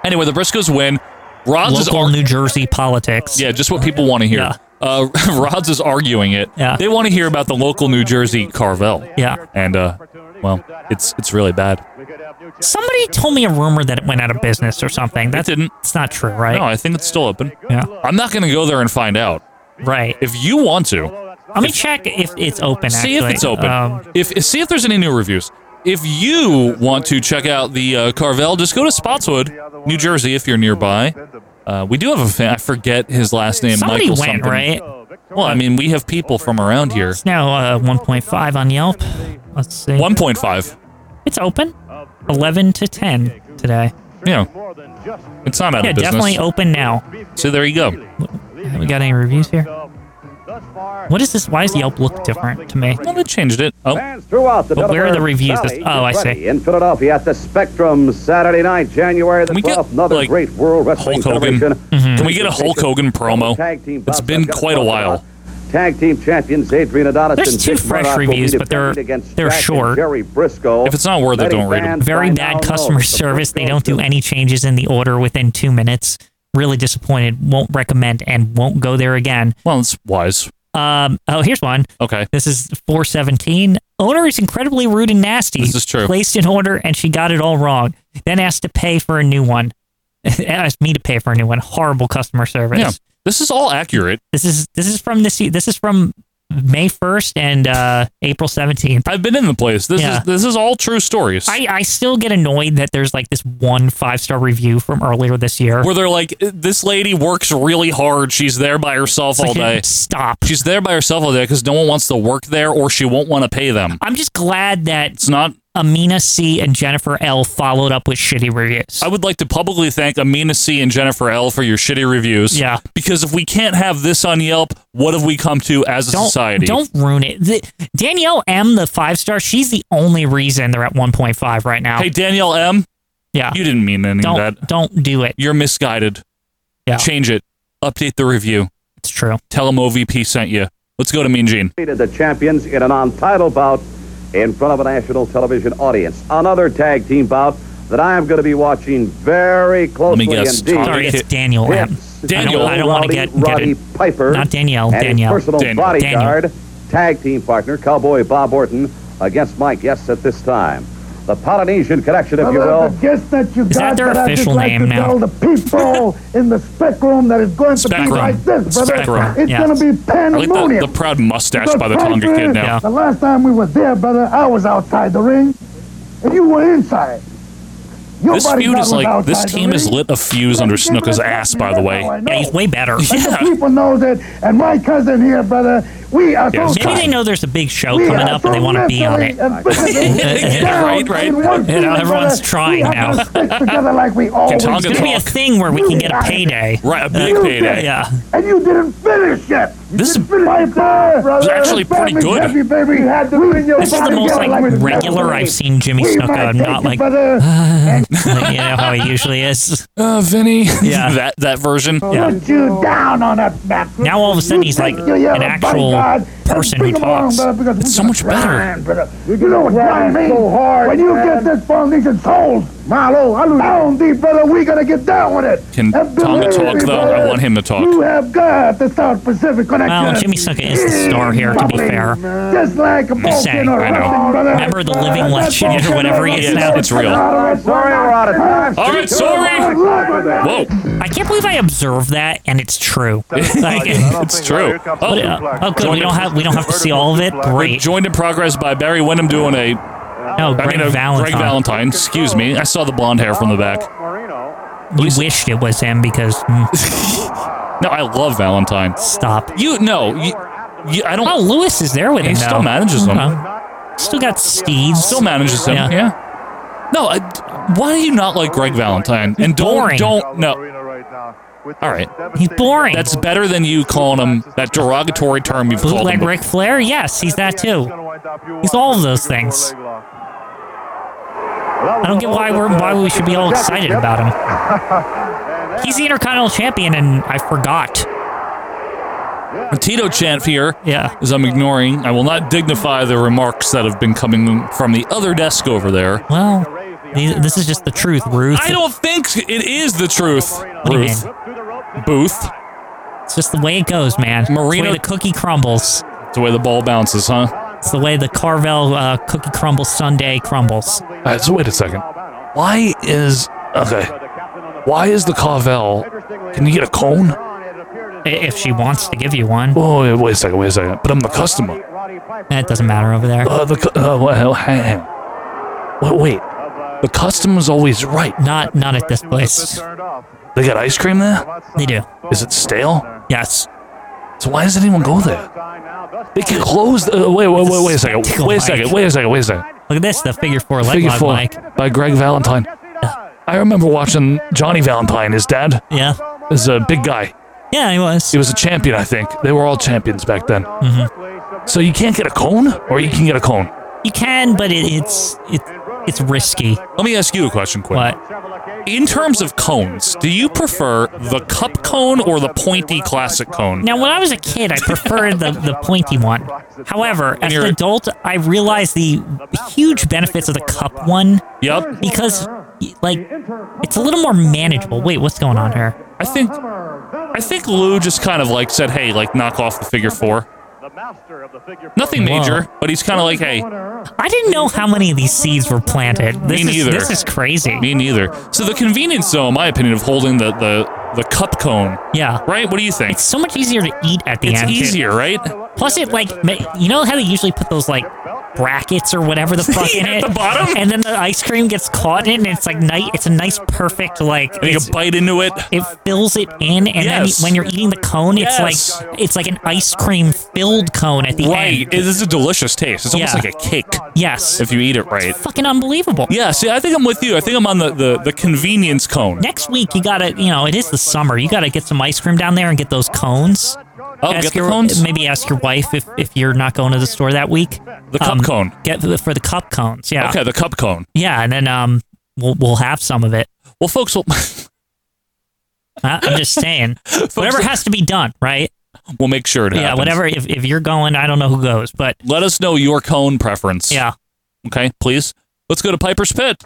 Anyway, the Briscoes win. Rods is Local ar- New Jersey politics. yeah, just what people want to hear. Uh, Rods is arguing it. Yeah. They want to hear about the local New Jersey Carvel. Yeah. And uh, well, it's it's really bad. Somebody told me a rumor that it went out of business or something. That didn't. It's not true, right? No, I think it's still open. Yeah. I'm not going to go there and find out. Right. If you want to, Let me check if it's open. see if actually. it's open. Um, if see if there's any new reviews. If you want to check out the uh, Carvel, just go to Spotswood, New Jersey, if you're nearby. Uh, we do have a fan. I forget his last name. Somebody Michael went, something. right? Well, I mean, we have people from around here. It's now uh, 1.5 on Yelp. Let's see. 1.5. It's open. 11 to 10 today. Yeah. It's not out yeah, of business. definitely open now. So there you go. Have we got any reviews here? What is this? Why does Yelp look different to me? Well, they changed it. Oh, Throughout the But where are the Delaware reviews? Valley, This- oh, I get see. ready In Philadelphia at the Spectrum Saturday night, January the Can we get, 12th, another like, great World Wrestling Hulk Hogan? Celebration. Mm-hmm. Mhm. Can we get a Hulk Hogan promo? Tag team It's bouts. been I've got to quite a talk while. about Tag team champions Adrian Adonis There's and two Dick fresh Murdoch will reviews, be but they're- defending against they're Jack and short. Jerry Briscoe. If it's not worth it, Letting don't read 'em. fans Very find bad out customer most. The service. They Briscoes don't do any changes in the order within two minutes. Really disappointed. Won't recommend and won't go there again. Well, it's wise. Um, oh, here's one. Okay. This is 417. Owner is incredibly rude and nasty. This is true. Placed an order and she got it all wrong. Then asked to pay for a new one. asked me to pay for a new one. Horrible customer service. Yeah. This is all accurate. This is this is from this this is from May 1st and uh, April 17th. I've been in the place. This Yeah. is this is all true stories. I, I still get annoyed that there's like this one five star review from earlier this year. where they're like, this lady works really hard. She's there by herself all like, day. Stop. She's there by herself all day because no one wants to work there, or she won't want to pay them. I'm just glad that It's not. Amina C and Jennifer L followed up with shitty reviews. I would like to publicly thank Amina C and Jennifer L for your shitty reviews. Yeah. Because if we can't have this on Yelp, what have we come to as a don't, society? Don't ruin it. The, Danielle M, the five star, she's the only reason they're at 1.5 right now. Hey, Danielle M, yeah. you didn't mean any don't, of that. don't do it. You're misguided. Yeah. Change it. Update the review. It's true. Tell them OVP sent you. Let's go to Mean Gene. defeated the champions in a non-title bout in front of a national television audience. Another tag team bout that I am going to be watching very closely guess. indeed. Sorry, it's Hit- Daniel M. Vince, Daniel. I don't, I don't want to Roddy, get, get Roddy it. Piper, Not Danielle, and his Danielle. personal Daniel. bodyguard, tag team partner Cowboy Bob Orton against Mike Yes at this time. The Polynesian connection, if you will. guess that you Is that their but I'd just official like name to now? tell the people in the spec room that it's going Spec room. Spec room, yeah. gonna be I like the, the proud mustache by the Tonga kid now. The last time we were there, brother, I was outside the ring, and you were inside. Your This bodyguard feud was is like this outside the team ring. is lit a fuse under Snooker's ass, by the way. Yeah, he's way better. Let Yeah. the people know that, and my cousin here, brother, we are Yes. so Maybe they know there's a big show coming up and they want to be on it. Yeah, right, right. You know, everyone's trying now. together like we always It's going to be a Talk. thing where we can get a payday. Right, a big You payday. did. Yeah. And you didn't finish it. This is It's actually pretty good. baby. You had to bring your This is the body most down like this. regular I've seen Jimmy We Snuka, might take not you like by the- you know how he usually is. Uh, Vinny. Yeah. that that version. Yeah. Put you down on that mat. Now all of a sudden he's like an actual person who talks. It's so much better. You know what I mean? So hard, when you get this Polynesian soul, Milo, I down deep, brother, we gonna get down with it. Can And Tonga believe talk me, though? brother, I want him to talk. You have got the South Pacific connection. Well, Jimmy Snuka is the star here, to be fair. Just like a Just saying, Vulcan or I know. something, brother. Remember the living That legend or whatever he is It's- now? it's real. Sorry, we're out of time. All right, sorry. Whoa, I can't believe I observed that and it's true. Like, it's true. but, uh, Oh, oh, good. We don't have we don't have to see all of it. Great. joined in progress by Barry Windham doing a. No, I Greg mean, a Valentine. Greg Valentine. Excuse me. I saw the blonde hair from the back. You wished it was him because mm, No, I love Valentine. stop. You no. You, you, I don't. Oh, Lewis is there with He him. still though. manages them. Okay. Still got Steve. Still manages them. Yeah. Yeah. No, I, why do you not like Greg Valentine? And don't boring. don't no. All right. He's boring. That's better than you calling him that derogatory term you've called him. Bootleg Ric Flair? Yes, he's that too. He's all of those things. I don't get why we're why we should be all excited about him. He's the Intercontinental Champion, and I forgot. The Tito chant here, yeah. as I'm ignoring, I will not dignify the remarks that have been coming from the other desk over there. Well, these- this is just the truth, Ruth. I don't think it is the truth, do you Ruth. Booth. It's just the way it goes, man. Marina- It's the way the cookie crumbles. It's the way the ball bounces, huh? It's the way the Carvel uh, cookie crumble Sunday crumbles. Uh, so wait a second. Why is okay? Why is the Carvel? Can you get a cone? I- If she wants to give you one, Oh, yeah, wait a second, wait a second. But I'm the customer. it doesn't matter over there. Uh, the cu- uh, well, hang on. Wait, wait. The customer's always right. Not not at this place. They got ice cream there. They do. Is it stale? Yes. So why does anyone go there? They can close. The, uh, wait, wait, wait, wait a second. Spectacle, Wait a Mike. second. Wait a second. Wait a second. Look at this, the figure four leg Figure lock, four Mike. by Greg Valentine. I remember watching Johnny Valentine, his dad. Yeah. Is a big guy. Yeah, he was. He was a champion, I think. They were all champions back then. Mm-hmm. So you can't get a cone, or you can get a cone. You can, but it, it's it, it's risky. Let me ask you a question, quick. What? In terms of cones, do you prefer the cup cone or the pointy classic cone? Now, when I was a kid, I preferred the, the pointy one. However, as an adult, I realized the huge benefits of the cup one. Yep. Because, like, it's a little more manageable. Wait, what's going on here? I think I think Lou just kind of like said, "Hey, like knock off the figure four. Nothing Whoa. major, but he's kind of like, "Hey, I didn't know how many of these seeds were planted. This me neither." Is, this is crazy. Me neither. So the convenience, though, in my opinion, of holding the the the cup cone. Yeah. Right? What do you think? It's so much easier to eat at the It's end. too. easier, right? Plus, it like ma- you know how they usually put those like brackets or whatever the fuck in At it the bottom? and then the ice cream gets caught in, it, and it's like night. It's a nice, perfect like. And you it's- can bite into it. it fills it in, and Yes. then when you're eating the cone, it's Yes. like it's like an ice cream filled cone at the Right. end. This is a delicious taste. It's almost Yeah. like a cake Yes, if you eat it right. fucking unbelievable. Yeah. See, I think I'm with you. I think I'm on the the, the convenience cone. Next week, you gotta, you know, it is the summer. You gotta get some ice cream down there and get those cones. Oh, Ask get the your- cones? Maybe ask your wife if, if you're not going to the store that week. Um, The cup cone. Get the, for the cup cones. Yeah. Okay, the cup cone. Yeah, and then um, we'll we'll have some of it. Well, folks, we'll, I- I'm just saying, whatever we'll- has to be done, right? we'll make sure it happens. Yeah, whatever. If, if you're going, I don't know who goes, but Let us know your cone preference. yeah. Okay, please. Let's go to Piper's Pit.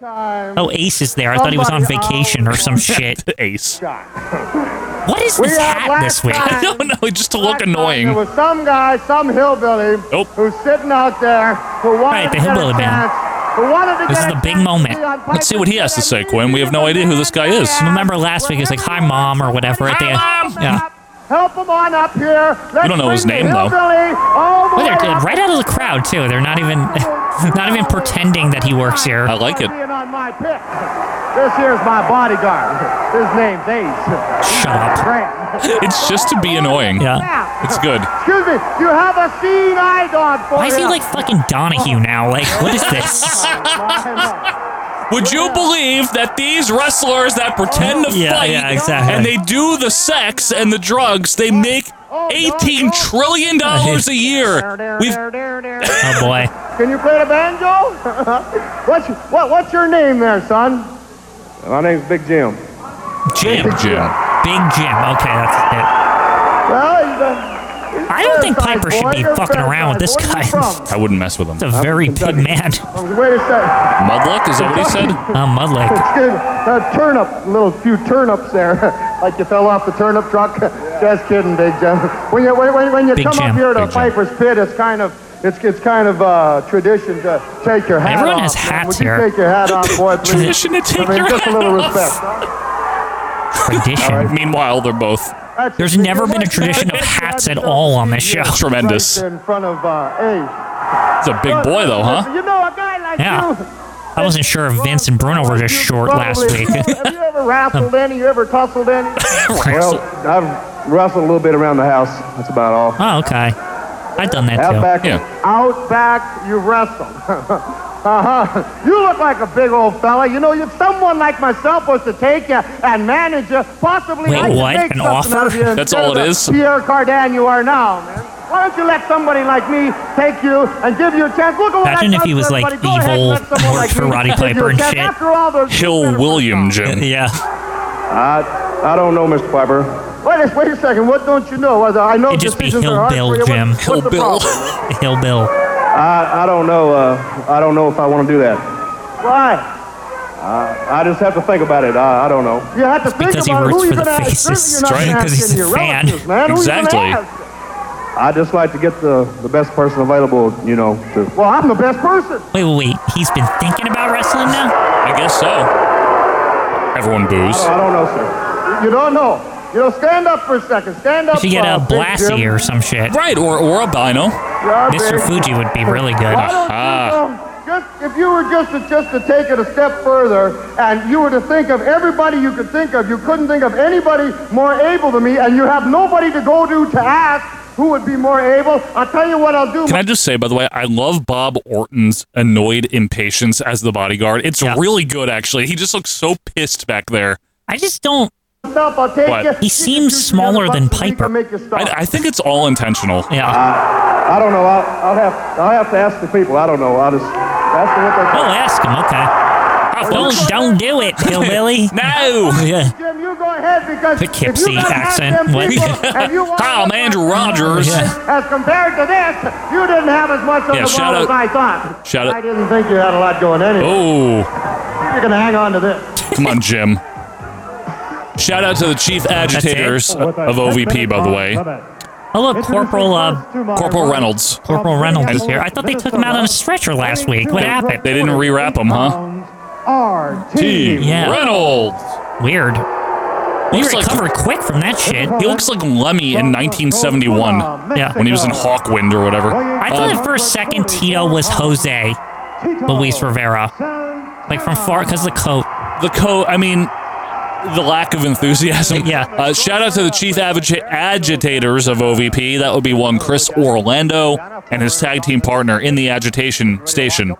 Oh, Ace is there. I thought he was on vacation or some shit. Ace. What is We this had hat last this week? time- I don't know. It just to look There annoying. was some guy, some hillbilly, Nope. who's sitting out there who wanted Right, the to get hillbilly a man. chance. Who wanted to This get is a the big chance to moment. be on Let's see what he has to say, Quinn. We have no idea who this guy is. Remember last week? It was like, "Hi, mom" or whatever. at the Hi, Mom! Yeah. Help him on up here. Let's don't know his bring the name, though. hillbilly all Well, the way oh, they're up they're right out of the crowd too. They're not even, not even pretending that he works here. Oh, I like it. being on my pick. This here's my bodyguard. His name's Ace. Shut up. Grant. It's just to be annoying. Yeah. It's good. Excuse me, you have a scene I on for Why is he you. like fucking Donahue now? Like, what is this? Would you believe that these wrestlers that pretend to Yeah, fight yeah, exactly. and they do the sex and the drugs, they make eighteen trillion dollars a year? We've Oh boy. Can you play the banjo? what's, what, what's your name there, son? My name's Big Jim. Jim, Jim. Big Jim. Okay, that's Well, he's a, it. I don't think Piper should be fucking around with this guy. It's I wouldn't mess with him. a very big man. Wait a second. Mudluck, is that what he said? Oh, Mudlake. Excuse me, a turnip, little few turnips there, like you fell off the turnip truck. Just kidding, Big Jim. When you when, when, when you Big come Jim, up here to Big Jim. Piper's Pit, it's kind of it's it's kind of uh, tradition to take your hat Everyone has off. man. hats Would you here. take your hat off, boy, please? Tradition to take I mean, your just a hat little off. respect. Tradition. Meanwhile, they're both That's- There's never been a tradition of hats at all on this show. tremendous. In front of uh, It's a big boy, though, huh? You know a guy like Yeah. you. I wasn't sure if Vince and Bruno were just short last Probably- week. Um, Have you ever raffled any? You ever tussled any? Wrestle. I've wrestled a little bit around the house. That's about all. Oh, okay. I've done that too. Outback, Yeah. out back, you wrestled. Uh-huh. You look like a big old fella. You know, if someone like myself was to take you and manage you, possibly Wait, I could what? make An something offer? of you That's instead all of it the is? Pierre Cardin, you are now, man. Why don't you let somebody like me take you and give you a chance? Look at what Imagine I've if he done was for like everybody. Go ahead and evil, let someone worked like for me Roddy give you a Piper and chance. shit. After all, there's Hill William, Jim. Yeah. I, I don't know, Mr. Piper. Wait a, wait a second. What don't you know? I I know It'd just be decisions are Hill hard for Bill, you. Jim. What's- what's the problem? Hill Bill. I, I don't know. Uh, I don't know if I want to do that. Why? I, I just have to think about it. I, I don't know. You have to think because he about works who for you're the going to ask. faces. Certainly That's You're right. not 'Cause he's asking a your fan. relatives, man. Who you gonna Exactly. ask? I just like to get the, the best person available, you know, to Well, I'm the best person. Wait, wait, wait. He's been thinking about wrestling now? I guess so. Everyone boos. I don't know, sir. You don't know. You know, stand up for a second. Stand up. If you get uh, a Big Blassie Jim. or some shit. Right, or, or a Bino. Yeah, Mr. big. Fuji would be really good. Why don't you Ah. um, just if you were just to, just to take it a step further, and you were to think of everybody you could think of, you couldn't think of anybody more able than me, and you have nobody to go to to ask who would be more able. I'll tell you what I'll do. Can I just say, by the way, I love Bob Orton's annoyed impatience as the bodyguard. It's really good, actually. He just looks so pissed back there. I just don't. Myself, I'll take What? you. He You seems can choose the smaller other than buttons, we Piper. can make you stop. I, I think it's all intentional. Yeah. I don't know. I'll, I'll have I'll have to ask the people. I don't know. I'll just ask them what they. Oh, ask him. Okay. Don't, don't do it, Hillbilly. no. Yeah. Jim, you go ahead because if you Poughkeepsie don't ask accent. them What? people, and you want Hi, I'm Oh, Andrew Rogers. As compared to this, you didn't have as much on Yeah, the shout ball as out- I thought. shout out- I didn't think you had a lot going anyway. Oh, You're going to hang on to this. come on, Jim. Shout out to the Uh, chief agitators of OVP, by the way. Um, Oh, look, Corporal, uh, Corporal Reynolds. Corporal Reynolds is here. I thought they took him out on a stretcher last week. What happened? They didn't rewrap him, huh? Our Team Yeah. Reynolds. Weird. He Looks like- recovered quick from that shit. He looks like Lemmy in 1971 Yeah. when he was in Hawkwind or whatever. I Um, thought for a second Tito was Jose Luis Rivera. Like from far, because the coat. the co I mean the lack of enthusiasm. Yeah. Uh, shout out to the chief agi- agitators of OVP. That would be one Chris Orlando and his tag team partner in the agitation station,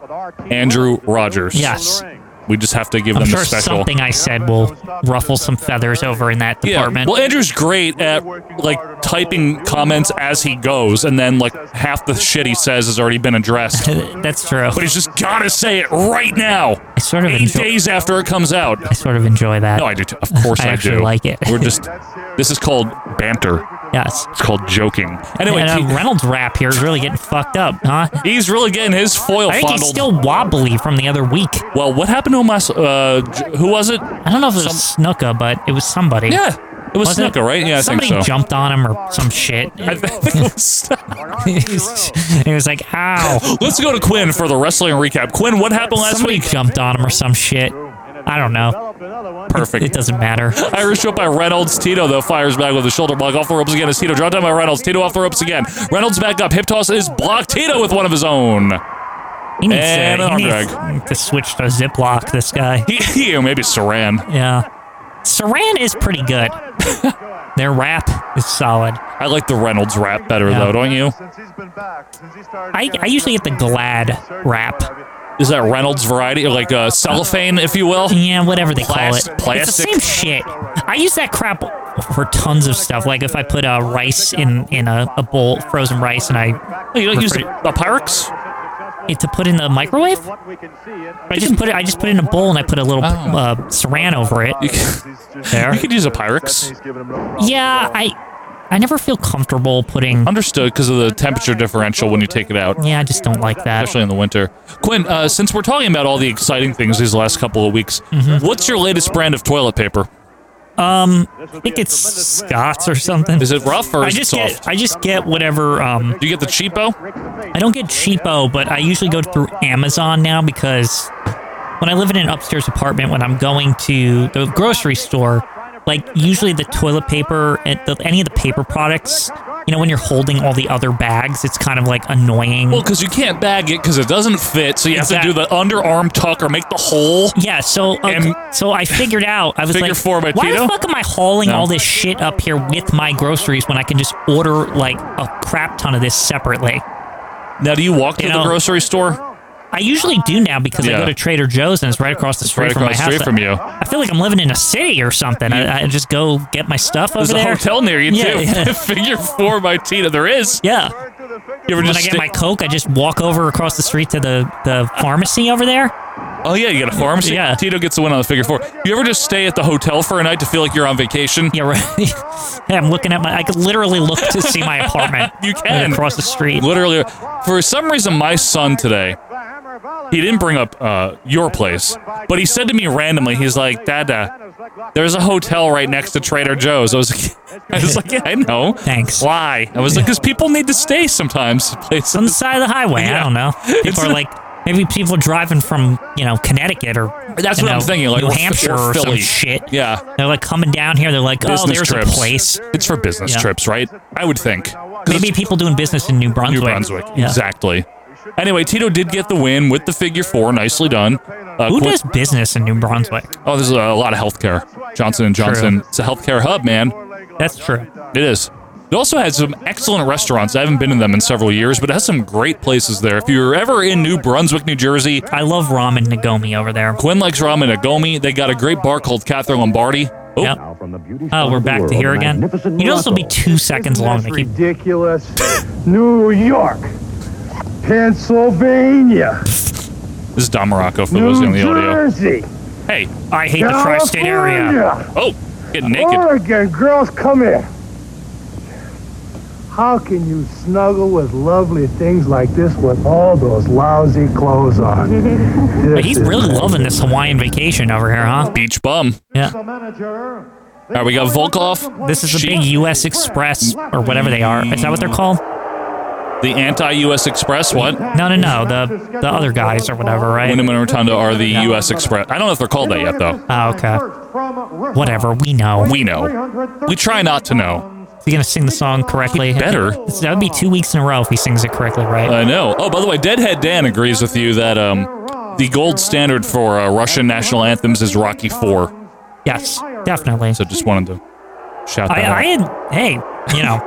Andrew Rogers. Yes. We just have to give I'm them sure the special. something I said will ruffle some feathers over in that Yeah. department. Well, Andrew's great at like typing comments as he goes, and then like half the shit he says has already been addressed. That's true. But he's just gotta say it right now. I sort of Eight enjoy. days after it comes out. I sort of enjoy that. No, I do. Too. Of course, I I, actually do. like it. We're just. This is called banter. Yes. It's called joking. Anyway, and, uh, he- Reynolds' rap here is really getting fucked up, huh? he's really getting his foil I think he's fondled. still wobbly from the other week. well, what happened to him last? Uh, J- who was it? I don't know if it was Snuka, but it was somebody. Yeah, it was Wasn't it? Snuka, right? Yeah, I think somebody so. jumped on him or some shit. I th- I think it was he was like, "Ow!" Let's go to Quinn for the wrestling recap. Quinn, what happened last somebody week? jumped on him or some shit. I don't know. Perfect. It doesn't matter. Irish whip by Reynolds. Tito, though, fires back with a shoulder block off the ropes again. As Tito dropped down by Reynolds. Tito off the ropes again. Reynolds back up. Hip toss is blocked. Tito with one of his own. He needs, And to, an he arm needs to switch to Ziploc. This guy. He, he or maybe Saran. Yeah. Saran is pretty good. Their rap is solid. I like the Reynolds rap better Yeah. though, don't you? I, I usually get the Glad rap. Is that Reynolds variety, or like uh, cellophane, if you will? Yeah, whatever they Plas- call it. plastic? It's the same shit. I use that crap for tons of stuff. Like if I put uh, rice in in a, a bowl, frozen rice, and I Oh, You don't use refri- the, the Pyrex? it to put in the microwave. I just put it. I just put it in a bowl and I put a little uh, Saran over it. Oh. You can, There. you could use a Pyrex. Yeah, I I never feel comfortable putting. Understood, because of the temperature differential when you take it out, Yeah, I just don't like that. especially in the winter. Quinn, uh, since we're talking about all the exciting things these last couple of weeks, Mm-hmm. what's your latest brand of toilet paper? Um, I think it's Scots or something. Is it rough or I is it just soft? get I just get whatever. Um, Do you get the cheapo? I don't get cheapo, but I usually go through Amazon now because when I live in an upstairs apartment, when I'm going to the grocery store, like usually the toilet paper and the, any of the paper products, you know, when you're holding all the other bags, it's kind of like annoying. Well, because you can't bag it because it doesn't fit, so you have to do the underarm tuck or make the hole. yeah, so okay, And- so I figured out I was Figure like, four by why the Tito? fuck am I hauling No. all this shit up here with my groceries when I can just order like a crap ton of this separately? Now, do you walk to You the know- grocery store? I usually do now because I Yeah. go to Trader Joe's and it's right across the street Right from across the my house. street from you. I feel like I'm living in a city or something. I, I just go get my stuff over There's a there. hotel near you Yeah, too. yeah. Figure four by Tina. There is. Yeah. You ever when just I get stick- my Coke, I just walk over across the street to the, the pharmacy over there. Oh yeah, you got a pharmacy. Yeah. Tito gets the win on the figure four. You ever just stay at the hotel for a night to feel like you're on vacation? Yeah, right. Yeah, I'm looking at my. I could literally look to see my apartment. you can across the street. Literally, for some reason, my son today, he didn't bring up uh, your place, but he said to me randomly, he's like, "Dada, there's a hotel right next to Trader Joe's." I was like, "I was like, yeah, I know." Thanks. Why? I was like, "Cause people need to stay sometimes." at Places. on the side of the highway. I Yeah. don't know. People It's are a- like maybe people are driving from you know Connecticut or That's you what I'm know, thinking, like, New or- Hampshire or or, some Philly. shit. Yeah. They're like coming down here. They're like, oh, there's a place. It's for business Yeah. trips, right? I would think. Maybe people doing business in New Brunswick. New Brunswick, Yeah. exactly. Anyway, Tito did get the win with the figure four, nicely done. Uh, Who Quin- does business in New Brunswick? Oh, there's a lot of healthcare. Johnson and Johnson. It's a healthcare hub, man. That's true. It is. It also has some excellent restaurants. I haven't been in them in several years, but it has some great places there. If you're ever in New Brunswick, New Jersey, I love ramen Nagomi over there. Quinn likes ramen Agomi. They got a great bar called Catherine Lombardi. Oh, Oh, we're back to here again. You know this will be two seconds long. They keep ridiculous. New York, Pennsylvania, this is Don Morocco for those New in the audio. Jersey, Hey, I hate the tri-state area. California. Oh, getting naked. Oregon. Girls, come here. How can you snuggle with lovely things like this with all those lousy clothes on? But he's really loving this Hawaiian vacation over here, huh? Beach bum. Yeah. All right, we got Volkov. This is a She- big U.S. Express or whatever they are. Is that what they're called? The anti-U.S. Express. What? No, no, no. The the other guys or whatever, right? Wyndham and Rotunda are the U.S. Express. I don't know if they're called that yet, though. Oh, okay. Whatever. We know. We know. We try not to know. We're gonna sing the song correctly. better. This- That would be two weeks in a row if he sings it correctly, right? I know. Oh, by the way, Deadhead Dan agrees with you that um, the gold standard for uh, Russian national anthems is Rocky Four. yes, definitely. So just wanted to shout that I, out. I had, hey, you know,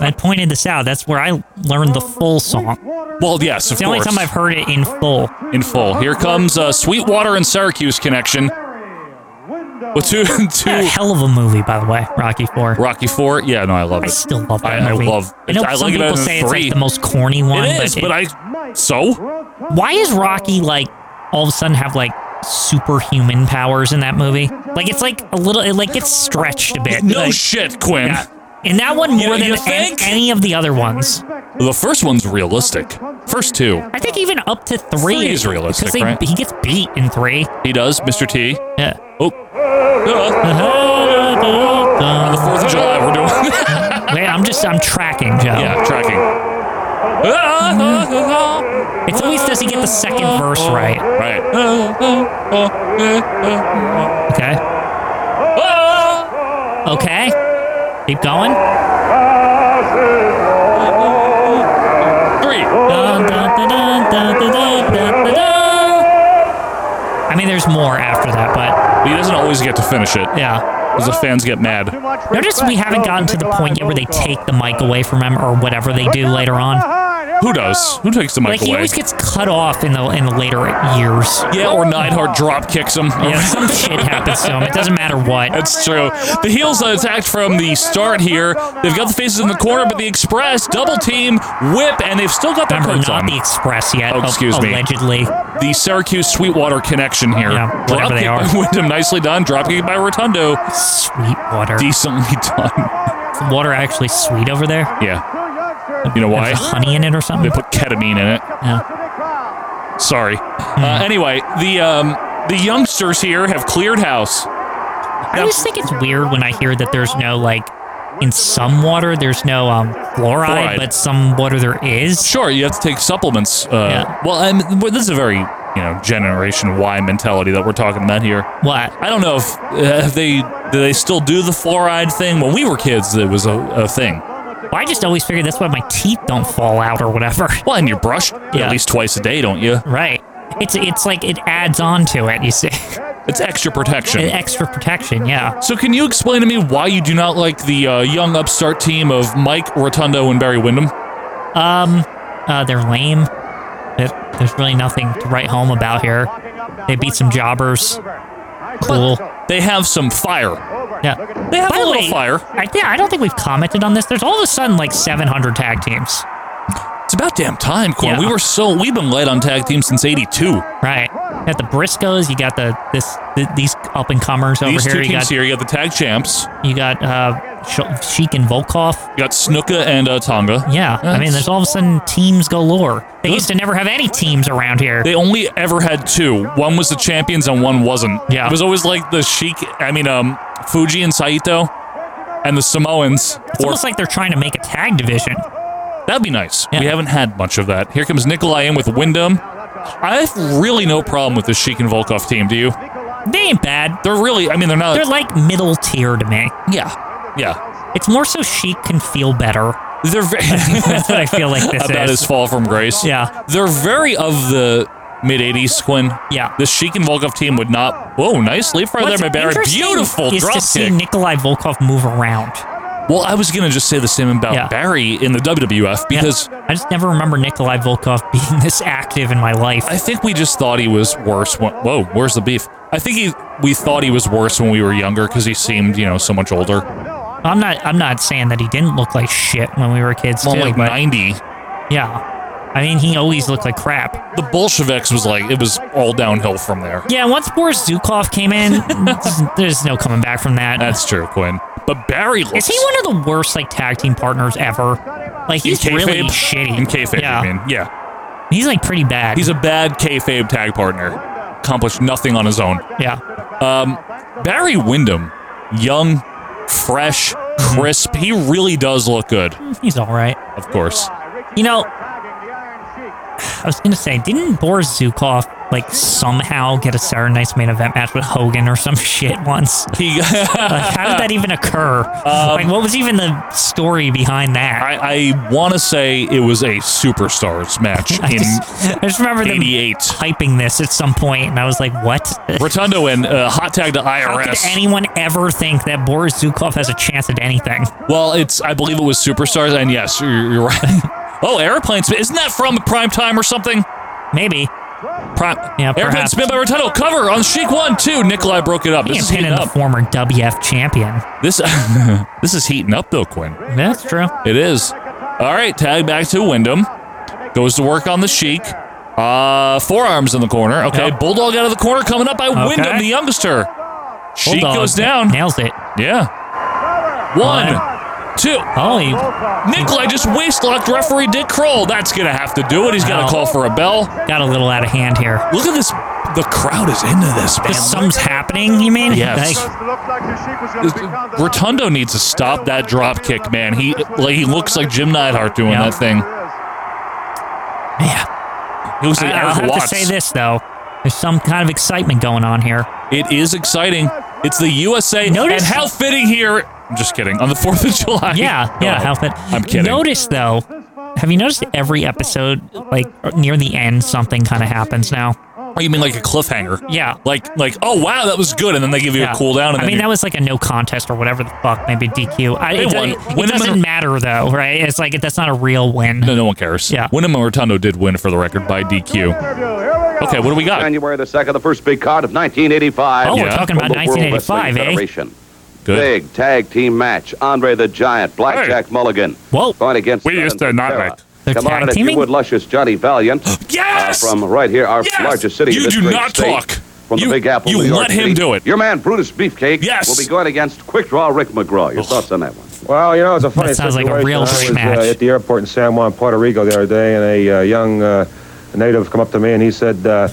I pointed this out. That's where I learned the full song. well, yes, of It's the only course. time I've heard it in full. In full. Here comes uh, Sweetwater and Syracuse connection. Well, two, What a two hell of a movie, by the way, Rocky Four. Rocky Four. Yeah, no, I love it. I still love that I, I movie. love. I know I some like it better people than say three. it's like the most corny one. it is, but, it- but I. So why is Rocky like all of a sudden have like superhuman powers in that movie? Like it's like a little, it like gets stretched a bit. no Like, shit, Quinn. yeah. In that one You- more you than an- think? any of the other ones. The first one's realistic. First two. I think even up to three. Three is realistic, because they- right? He gets beat in three. He does, Mr. T. Yeah. Uh-huh. Oh. On the 4th of July, we're doing. Wait, I'm just I'm tracking, Joe. yeah, tracking. It's always does he get the second verse right? Right. Okay. Okay. Keep going. Three. Dun, dun, dun, dun, dun, dun, dun, dun, dun. I mean, there's more after that, but He doesn't always get to finish it yeah. because the fans get mad. Notice we haven't gotten to the point yet where they take the mic away from him or whatever they do later on. Who does? Who takes the mic Like he away? always gets cut off in the in the later years. yeah, or Neidhart drop kicks him. Yeah, some shit happens to him. It doesn't matter what. That's true. The heels are attacked from the start here. They've got the faces in the corner, but the Express double team whip, and they've still got their Remember, coats not on. the Express yet. Oh, a- excuse me. Allegedly. The Syracuse Sweetwater connection here. Yeah, drop whatever they kick are. by Wyndham, nicely done. Dropkick by Rotundo, Sweet water. decently done. Is the water actually sweet over there? Yeah. You know why? There's honey in it or They something? put ketamine in it. Yeah. Hmm. Sorry. Uh, anyway, the um, the youngsters here have cleared house. I always think it's weird when I hear that there's no like in some water there's no um fluoride, Fluoride. but some water there is. Sure, you have to take supplements. Uh, Yeah. Well, and well, this is a very you know Generation Y mentality that we're talking about here. What? I don't know if uh, if they do they still do the fluoride thing. When we were kids, it was a, a thing. Well, I just always figured that's why my teeth don't fall out or whatever. Well, and you brush at Yeah. least twice a day, don't you? right. It's it's like it adds on to it, you see. It's extra protection. Extra protection, yeah. So, can you explain to me why you do not like the uh, young upstart team of Mike Rotundo and Barry Windham? Um uh they're lame. There- There's really nothing to write home about here. They beat some jobbers. Cool. They have some fire. Yeah. They have By a the little way, fire. I, yeah, I don't think we've commented on this. There's all of a sudden like 700 tag teams. It's about damn time, Corn. Yeah. We were so we've been light on tag teams since '82. Right. You got the Briscoes. You got the this th these up and comers over These here. two you teams got here, you got the tag champs, you got uh, Sh- Sheik and Volkov. you got Snuka and uh, Tonga. Yeah, I mean, That's- there's all of a sudden teams galore. They used to never have any teams around here. They only ever had two. One was the champions and one wasn't. Yeah. It was always like the Sheik, I mean, um, Fuji and Saito and the Samoans. It's almost like they're trying to make a tag division. That'd be nice. We haven't had much of that. Here comes Nikolai in with Wyndham. I have really no problem with the Sheik and Volkov team, do you? They ain't bad. They're really, I mean, they're not. They're like middle tier to me. Yeah. Yeah. It's more so Sheik can feel better. They're very. That's what I feel like this About is. his fall from grace. Yeah. They're very of the mid 80s, Quinn. Yeah. The Sheik and Volkov team would not. Whoa, nice leap right What's there, my Barry. interesting Beautiful is drop to see kick. Nikolai Volkov move around. Well, I was gonna just say the same about Yeah. Barry in the WWF because I just never remember Nikolai Volkov being this active in my life. I think we just thought he was worse. When, whoa, where's the beef? I think he we thought he was worse when we were younger because he seemed you know so much older. I'm not. I'm not saying that he didn't look like shit when we were kids Well, too. like but ninety, yeah, I mean he always looked like crap. the Bolsheviks was like it was all downhill from there. Yeah, once Boris Zukov came in, there's no coming back from that. That's true, Quinn. But Barry looks Is he one of the worst like tag team partners ever? Like he's in kayfabe, really shitty. in kayfabe. yeah. I mean, yeah, He's like pretty bad. he's a bad kayfabe tag partner. Accomplished nothing on his own. yeah. Um, Barry Windham, young, fresh, crisp. He really does look good. He's all right. Of course. You know, I was gonna say, didn't Boris Zukov like somehow get a Saturday Night's Main Event match with Hogan or some shit once? He, Um, like, how did that even occur? like, what was even the story behind that? I, I want to say it was a superstars match I in just, I just remember them 88. typing this at some point, and I was like, "What? Rotundo and uh, hot tag to How could IRS. anyone ever think that Boris Zukov has a chance at anything?" well, it's I believe it was superstars, and yes, you're, you're right. oh, airplane spin! Isn't that from prime time or something? Maybe. Prime, Yeah, airplane perhaps. spin by Rotundo. Cover on Sheik one two. Nikolai broke it up. He This ain't is heating pinning the up. former WF champion. This this is heating up though, Quinn. That's true. It is. All right, tag back to Wyndham. Goes to work on the Sheik. Uh, forearms in the corner. Okay, Yep. Bulldog out of the corner, coming up by Wyndham, the youngster. Sheik Bulldog goes down. Nails it. Yeah. One, two. Holy. Nikolai just waist locked referee Dick Kroll. That's gonna have to do it. He's gonna Wow. call for a bell. Got a little out of hand here. Look at this. The crowd is into this, man. Just something's happening, you mean? Yes. Like, Rotundo needs to stop that drop kick, man. He like, he looks like Jim Neidhart doing Yeah. that thing. man. He looks like I, I'll Eric have Watts. to say this, though. There's some kind of excitement going on here. It is exciting. It's the USA. Notice- and how fitting here. I'm just kidding. On the 4th of July. Yeah, yeah, No, Halfman. Oh, I'm kidding. Notice though, have you noticed every episode, like near the end, something kind of happens now? Oh, you mean like a cliffhanger? Yeah. Like, like, oh, wow, that was good. And then they give you Yeah. a cool down. And I then mean, you- that was like a no contest or whatever the fuck, maybe DQ. I, They it, doesn't, won. Win it them in doesn't a- matter though, Oh, right? It's like that's not a real win. No, no one cares. Yeah. Wyndham and Rotundo did win for the record by DQ. Okay, what do we got? January the 2nd, the first big card of 1985. Oh, we're Yeah. talking about from the World Wrestling 1985, eh? Federation. Good. Big tag team match. Andre the Giant, Blackjack Mulligan. Whoa. Going against We used to not Sarah. like- They're Come on, tag in, if you teaming? would, luscious Johnny Valiant. Yes! uh, from right here, our Yes! largest city. You this do great not state, talk. From You- the Big Apple, you New York let him City. do it. Your man, Brutus Beefcake, Yes! will be going against Quick Draw Rick McGraw. Your thoughts on that one? Well, you know, it's a funny That sounds like situation. a real I was, dream match. Uh, at the airport in San Juan, Puerto Rico, the other day, and a uh, young uh, native come up to me and he said, uh,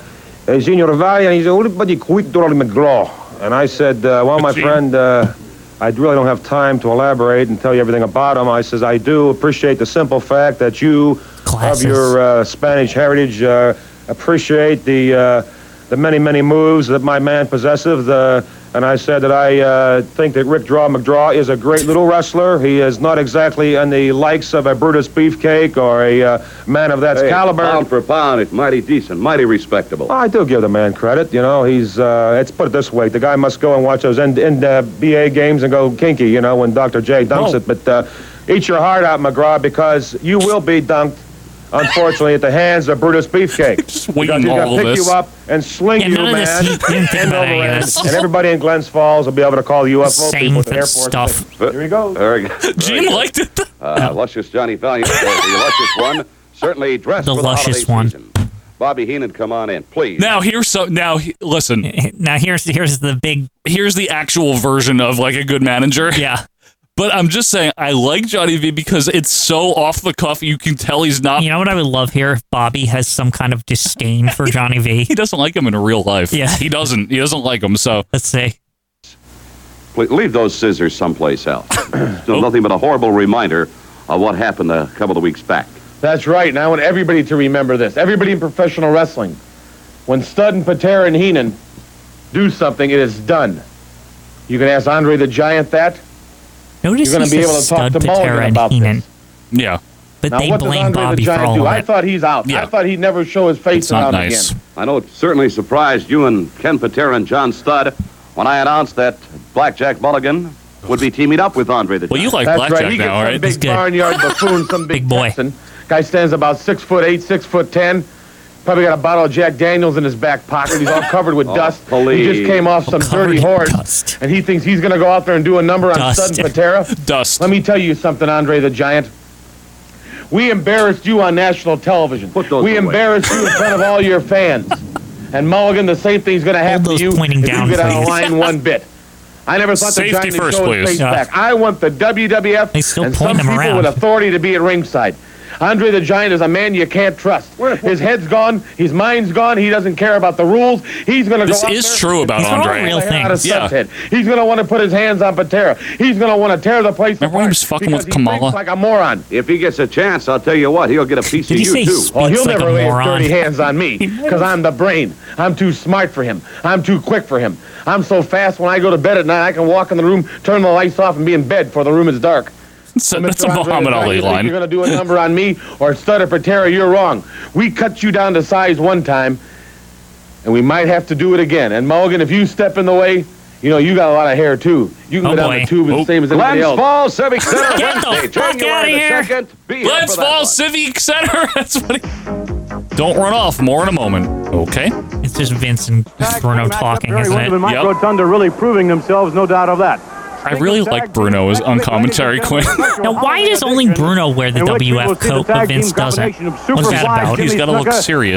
"Hey, Senor Valle," and he said, "What about the quick Donald McGraw?" And I said, uh, "Well, my Gee. friend, uh, I really don't have time to elaborate and tell you everything about him." I says, "I do appreciate the simple fact that you, Classes. of your uh, Spanish heritage, uh, appreciate the." Uh, the many, many moves that my man possesses. The, and I said that I uh, think that Rick Draw McDraw is a great little wrestler. He is not exactly in the likes of a Brutus Beefcake or a uh, man of that Hey, caliber. Pound for pound, it's mighty decent, mighty respectable. I do give the man credit. You know, he's, uh, let's put it this way. The guy must go and watch those in, in, uh, BA games and go kinky, you know, when Dr. J dumps Whoa. it. But uh, eat your heart out, McGraw, because you will be dunked unfortunately, at the hands of Brutus Beefcake. Just waiting he's all gonna pick this. you up and sling Yeah, you, none of man. this- you didn't think end about over any of end. this. And everybody in Glens Falls will be able to call UFO Same people at the airport. stuff. and say, Here he goes. Very good. Gene liked it. Uh, luscious Johnny Valiant, uh, the luscious one, certainly dressed The for luscious the one. holiday season. Bobby Heenan, come on in, please. Now here's so now he- listen. Now here's here's the big here's the actual version of like a good manager. Yeah. But I'm just saying I like Johnny V because it's so off the cuff you can tell he's not You know what I would love here? If Bobby has some kind of disdain for Johnny V. He doesn't like him in real life. Yeah. He doesn't he doesn't like him, so let's see. Please leave those scissors someplace else. It's Nothing but a horrible reminder of what happened a couple of weeks back. That's right, and I want everybody to remember this. Everybody in professional wrestling. When Stud and Patera and Heenan do something, it is done. You can ask Andre the Giant that. Notice You're he going to be says able to talk Stud to Patera Mulligan and about Heenan. this. Yeah. But now, they what does blame Andre Bobby the for Giant all do? of I it. thought he's out. I thought he'd never show his face around again. I know it certainly surprised you and Ken Patera and John Studd when I announced that Blackjack Mulligan would be teaming up with Andre the Giant. That's right. He gets some big barnyard buffoon, some big, boy. Texan. Guy stands about six foot eight, six foot ten. Probably got a bottle of Jack Daniels in his back pocket. He's all covered with Oh, dust. He please. just came off some dirty horse, and he thinks he's going to go out there and do a number on Dust. Sudden Patera. dust. Let me tell you something, Andre the Giant. We embarrassed you on national television. we away. embarrassed you in front of all your fans. And Mulligan, the same thing's going to happen to you pointing if down, you get out of please. line one bit. I never thought Safety the Giant first, would show please. his face Yeah. back. I want the WWF and point some them people around. with authority to be at ringside. Andre the Giant is a man you can't trust. His head's gone. His mind's gone. He doesn't care about the rules. He's going to go This out is there true about and Andre. knock the Real hair out of things. Yeah. Sut's head. He's going to want to put his hands on Patera. He's going to want to tear the place Remember apart. he was fucking with Kamala? like a moron. If he gets a chance, I'll tell you what, he'll get a piece of Did he you, say too. Oh, he'll never lay his dirty hands on me because I'm the brain. I'm too smart for him. I'm too quick for him. I'm so fast when I go to bed at night, I can walk in the room, turn the lights off, and be in bed before the room is dark. So that's a Mr. Andre, Muhammad if I Ali think line. You're going to do a number on me or stutter for terror, you're wrong. We cut you down to size one time, and we might have to do it again. And Mulligan, if you step in the way, you know, you got a lot of hair, too. You Oh, can go down boy. the tube the same as anybody Glens else. Falls Civic Center Get the Wednesday, fuck outta January the here. 2nd. Be here Glens for that Falls Civic Center. That's what he, Don't run off. More in a moment. Okay. It's just Vince and Bruno talking, isn't it? Yep. Thunder really proving themselves, no doubt of that. I really like Bruno as on commentary, Quinn. Now, why does only Bruno wear the in which we will WF see the coat, tag but team Vince doesn't? combination of What's Superfly that about? Jimmy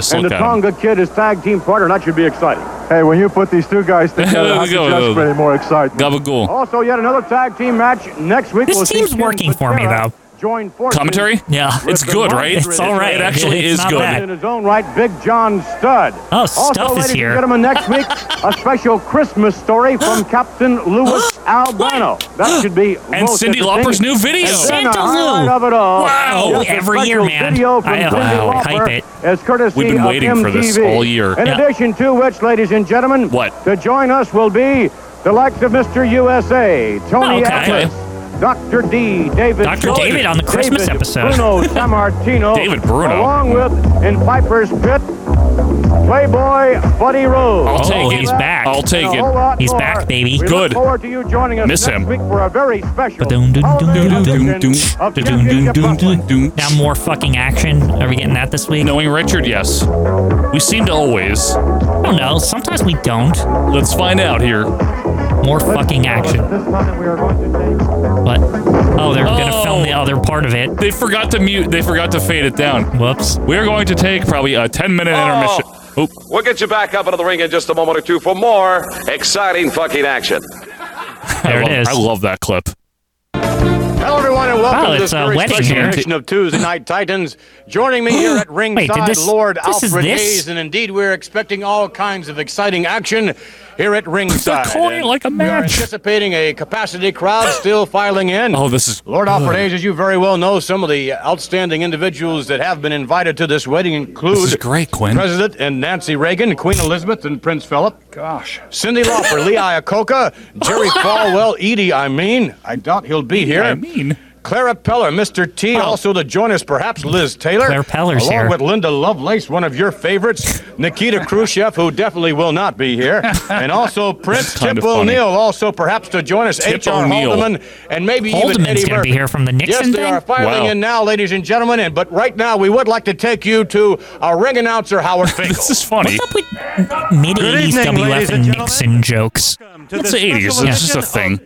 Snuka and the Tonga Kid is tag team partner. That should be exciting. Hey, when you put these two guys together, I Let's can go. just for any more excitement. Gabagool. Also, yet another tag team match next week. This we'll see team's Ken working for me, Patera though. Join forces Commentary? Yeah. with It's the good, right? monster It's in all his right. hand. It actually It's is not good. bad. In his own right, Big John Stud. Oh, also, Stuff is ladies and here. gentlemen, next week a special Christmas story from Captain Louis Albano. That should be And most Cyndi entertaining. Lauper's new video. And then Santa a highlight Lou. of it all. Wow. Just a Every year, special man. Video from I- Cyndi wow, Lauper hype it. As courtesy We've been of waiting for this MTV. all year. In Yeah. addition to which, ladies and gentlemen, What? to join us will be the likes of Mr. USA, Tony Oh, okay. Atlas, Dr. D, David Dr. Jordan, David on the Christmas David episode. Bruno Sammartino, David Bruno. along with in Piper's Pit, Playboy Buddy Rose. I'll take Oh, it. he's back. I'll take And a it. whole lot He's more. back, baby. We Good. Look forward to you joining us Miss next him. week for a very special. Now more fucking action. Are we getting that this week? Knowing Richard, yes. We seem to always. I don't know. Sometimes we don't. Let's find out here. More fucking action. What? Oh, they're gonna film the other part of it. They forgot to mute. They forgot to fade it down. Whoops. We're going to take probably a 10 minute Oh. intermission. Oop. We'll get you back up into the ring in just a moment or two for more exciting fucking action. There I love, I love that clip. Hello, everyone, and welcome Wow, to it's this a very wedding special here. edition of Tuesday Night Titans. Joining me here at ringside, this- Lord this is Alfred this? Hayes, and indeed, we're expecting all kinds of exciting action here at ringside. coin And like a We are match. anticipating a capacity crowd still filing in. Oh, this is Lord good. Alfred Hayes, as you very well know, some of the outstanding individuals that have been invited to this wedding include This is great, Quinn. President and Nancy Reagan, Queen Elizabeth and Prince Philip. Gosh. Cindy Lauper, Lee Iacocca, Jerry Falwell, Edie, I mean. I doubt he'll be here. I mean. Clara Peller, Mr. T, also to join us, perhaps Liz Taylor. Clara Peller's along here. with Linda Lovelace, one of your favorites, Nikita Khrushchev, who definitely will not be here, and also Prince Kinda Tip funny. O'Neill, also perhaps to join us, Tip H.R. O'Neill. Haldeman, and maybe even Haldeman's Eddie gonna be Murphy. here from the Nixon Yes, they thing? are filing Wow. in now, ladies and gentlemen. And but right now, we would like to take you to our ring announcer, Howard Finkel. this is funny. Mid Good 80s evening, ladies WF and and Nixon jokes. It's the 80s. It's just a thing.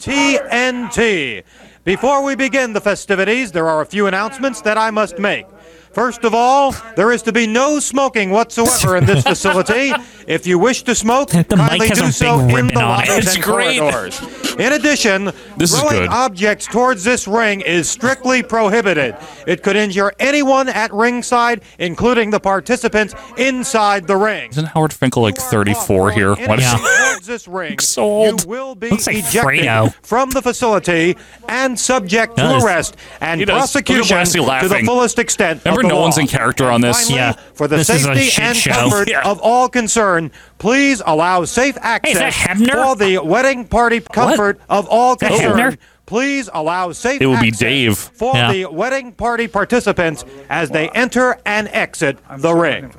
TNT. Before we begin the festivities, there are a few announcements that I must make. First of all, there is to be no smoking whatsoever in this facility. If you wish to smoke, kindly has a do so big in the ribbon on it. lobbies It's and great. corridors. In addition, is throwing good. objects towards this ring is strictly prohibited. It could injure anyone at ringside, including the participants inside the ring. Isn't Howard Finkel like 34 here? Why does Anything towards this ring, so old? you will be Looks like ejected Fredo. from the facility and subject Does. to arrest He and does. Look prosecution at Blassie to the laughing. fullest extent. of Remember, the no law. one's in character on this. Finally, For the safety and comfort of all concerned, please allow safe is that access Hebner? for the wedding party comfort of all that Hebner? concerned. Please allow safe It would be access Dave. for Yeah. the wedding party participants as they enter and exit the ring.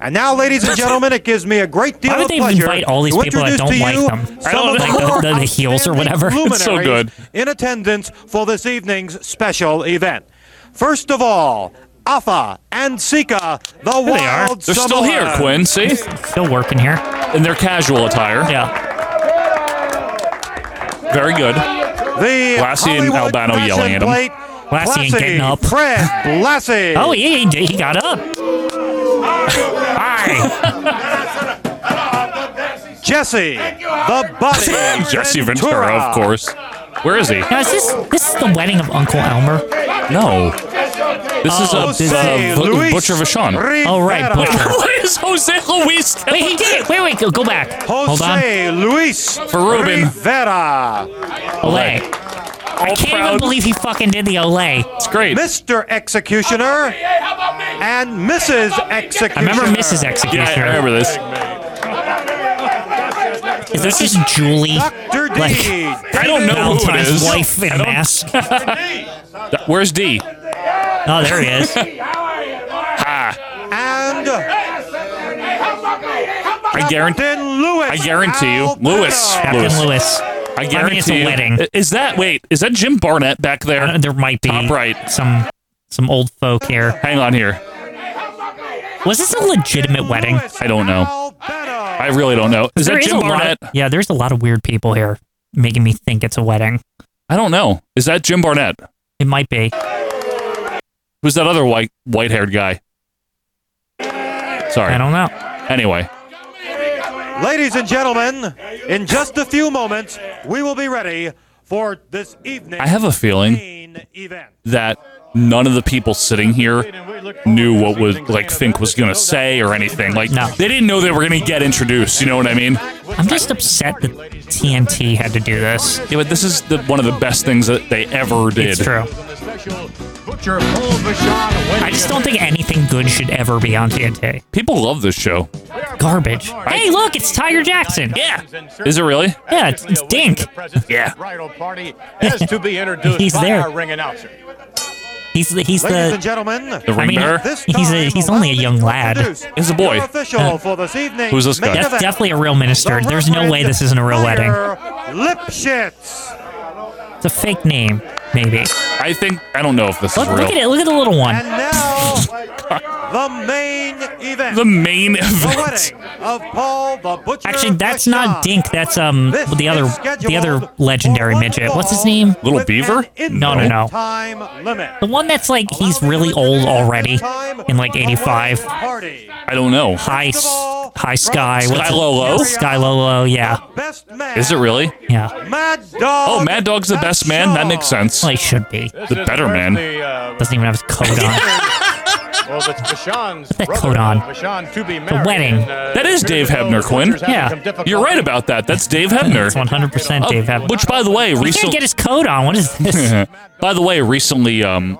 And now, ladies and gentlemen, it gives me a great deal Why of would they pleasure invite all these to people that introduce don't to like you them? I some don't of know, like the- the- the heels or whatever. outstanding It's so good. luminaries In attendance for this evening's special event. First of all, Afa and Sika, the There they are. wild They're still here, Samoans. Quinn. See? Still working here. In their casual attire. Yeah. Very good. The Lassie and Hollywood Albano fashion yelling at him. plate, Lassie ain't getting up. Fred Blassie. Oh, he, he, he got up. Hi. Jesse, the body. Jesse Ventura, of course. Where is he? Now, is this, this is the wedding of Uncle Elmer? No. This Oh, is a, Jose uh, Bu- Luis Butcher Vachon. Oh, right, Butcher. What is Jose Luis? Wait, he did it. Wait, wait, go, go back. Hold on. Jose Luis For Ruben. Rivera. Olay. I can't even proud. believe he fucking did the Olay. It's great. Mr. Executioner and Mrs. I Executioner. remember Mrs. Executioner. this. Is this just Julie? Dr. D. Like, I don't know who it Valentine's is. wife in I a don't- mask. Th- Where's D? Oh, there he is. ha. and I guarantee. Captain Lewis. I guarantee you, Lewis. Captain Lewis. I I mean, guarantee it's a you- wedding. Uh, I- Is that wait? Is that Jim Barnett back there? There might be Top right. some some old folk here. Hang on here. Was this a legitimate wedding? I don't know. I really don't know. Is There that Jim a lot Barnett? of- yeah, there's a lot of weird people here making me think it's a wedding. I don't know. Is that Jim Barnett? It might be. Who's that other white white haired guy? Sorry. I don't know. Anyway, Ladies and gentlemen, in just a few moments, we will be ready for this evening. I have a feeling that none of the people sitting here knew what was like Fink was gonna say or anything. Like they didn't know they were gonna get introduced. You know what I mean? I'm just upset that TNT had to do this. Yeah, but this is the, one of the best things that they ever did. It's true. I just don't think anything good should ever be on TNT. People love this show. Garbage. Hey, look, it's Tiger Jackson. Yeah. Is it really? Yeah, it's, it's Dink. Yeah. bridal party as to be introduced He's by there. our ring announcer. He's the, he's Ladies the. and gentlemen, The ring I mean, bearer? he's a, he's only a young lad. He's a boy. your official Uh, for this evening. Who's this guy? That's definitely a real minister. There's no way this isn't a real wedding. Lipschitz. It's a fake name, maybe. I think I don't know if this Look, is real. look at it. Look at the little one. And now, the main event. The main The event. wedding of Paul the Butcher. Actually, that's not Dink. That's um This the other is the scheduled other legendary midget. What's his name? Little Beaver? No, no, no. Time limit. The one that's like he's really old already, in like '85. Party. I don't know. High, s- high sky. what's Sky it- Lolo? Sky Lolo. Yeah, Best man. Is it really? yeah. Mad Dog. Oh, Mad Dog's the best man. That makes sense. Well, he should be. The uh, better man. Doesn't even have his coat on. Well, it's Vashon's Put that coat on. Vashon to be uh, The wedding. That is Dave Hebner, Quinn. Yeah. You're right about that. That's Dave Hebner. Uh, That's 100% Dave Hebner. Which, by the way, He can't recently. get his coat on. What is this? by the way, recently, um,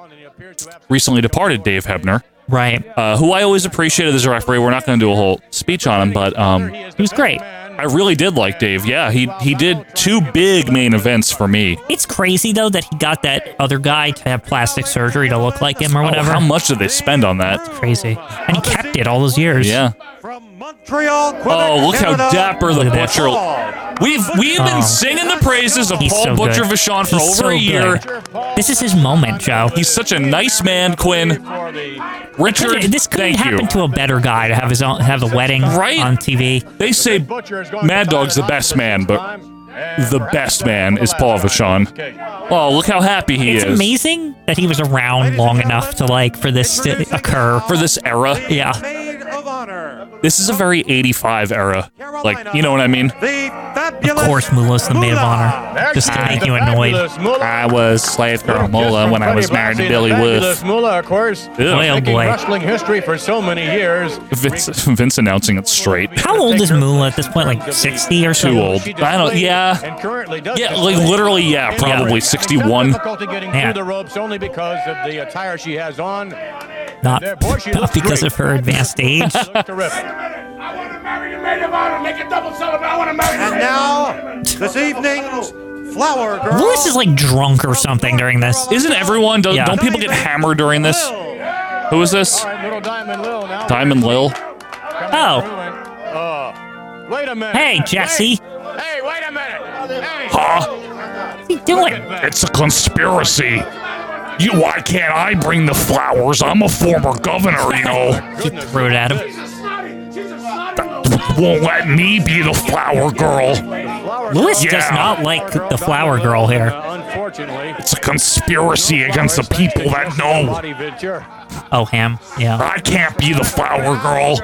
recently departed Dave Hebner, right. uh, who I always appreciated as a referee. We're not going to do a whole speech on him, but um, He was great. I really did like Dave. Yeah, he he did two big main events for me. It's crazy though that he got that other guy to have plastic surgery to look like him or whatever. Oh, how much did they spend on that? It's crazy, and he kept it all those years. Yeah. Oh, look how dapper the Look at butcher. We've we've been Oh. singing the praises of He's Paul so good. Butcher Vachon for He's so over a year. good. This is his moment, Joe. He's such a nice man, Quinn. Richard, Couldn't- this couldn't thank happen you. to a better guy to have his own have a wedding Right? on TV. They say Mad Dog's the best man, but the best man is Paul Vachon. Oh, look how happy he it's is. amazing that he was around long enough to like for this to occur for this era. Yeah, This is a very 85 era. Like, you know what I mean? of course, Mullah's the maid of honor, just to make you annoyed. I was slave girl Mola when I was married to Billy Fabulous Wolf. Moolah, of course, Well, making boy. wrestling history for so many years. Vince, Vince announcing it straight. How old is Moolah at this point? Like sixty or something? Too old. I don't. Yeah. Yeah. Like literally. Yeah. Probably 61. Difficulty getting Man. through the ropes only because of the attire she has on. Not, There, boy, she not looks because great. of her advanced age. She looked terrific. And now, this evening's flower girl. Lewis is like drunk or something during this. Isn't everyone? Don't, Yeah. don't people get hammered during this? Who is this? Diamond Lil. Oh. uh, Wait a minute. Hey, Jesse. Hey, wait a minute. Hey. What's he doing? It's a conspiracy. You, why can't I bring the flowers? I'm a former governor, you know. he threw it at him. Won't let me be the flower girl. Lewis does Yeah. not like the flower girl here. Unfortunately, It's a conspiracy against the people that know. Roddy Ventura. Oh, ham. Yeah. I can't be the flower girl.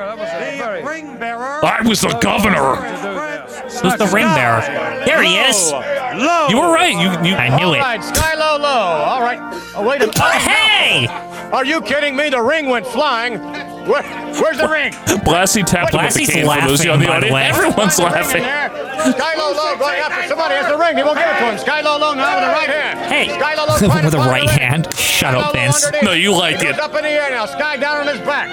I was the governor. Who's the ring bearer? There he is. Low. You were right. You, you. I knew All it. right, Sky Low Low. All right. Oh, wait a minute. Hey! Are you kidding me? The ring went flying. Where, where's the ring? Blassie tapped him with the Blassie's cane for those laughing, on the by the audience. way. Everyone's laughing. Sky Low Low going after somebody has the ring. He won't give it to him. Sky Low Low now with the right hand. Hey. Sky Low Low trying to With a find the right ring. hand. Shut up, Vince. underneath. No, you like He it. goes up in the air now. Sky down on his back.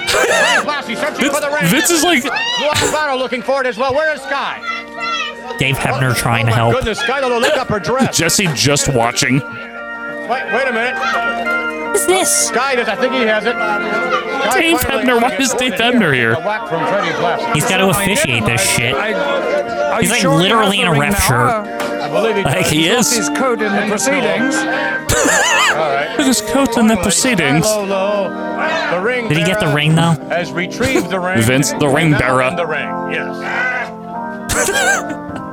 Blassie searching for the ring. Vince is like- Blue Alvaro looking for it as well. Where is Sky? Dave Hebner trying to Oh, My help. Goodness, Sky Low Low lift up her dress. Jesse just watching. Wait, wait a minute. What's this? Sky does. I think he has it. Sky Dave finally Hebner, why gets is Dave it Hebner here? A whack from Freddie Blassie. He's got to officiate this shit. He's like sure he literally in has a the ref ring shirt. I believe he Like does. he is. His coat in the proceedings. Look at his coat Oh, in the proceedings. Low, low. The ring Did he get the bearer ring though? Has retrieved the ring. Vince, the ring Now bearer. The ring, yes.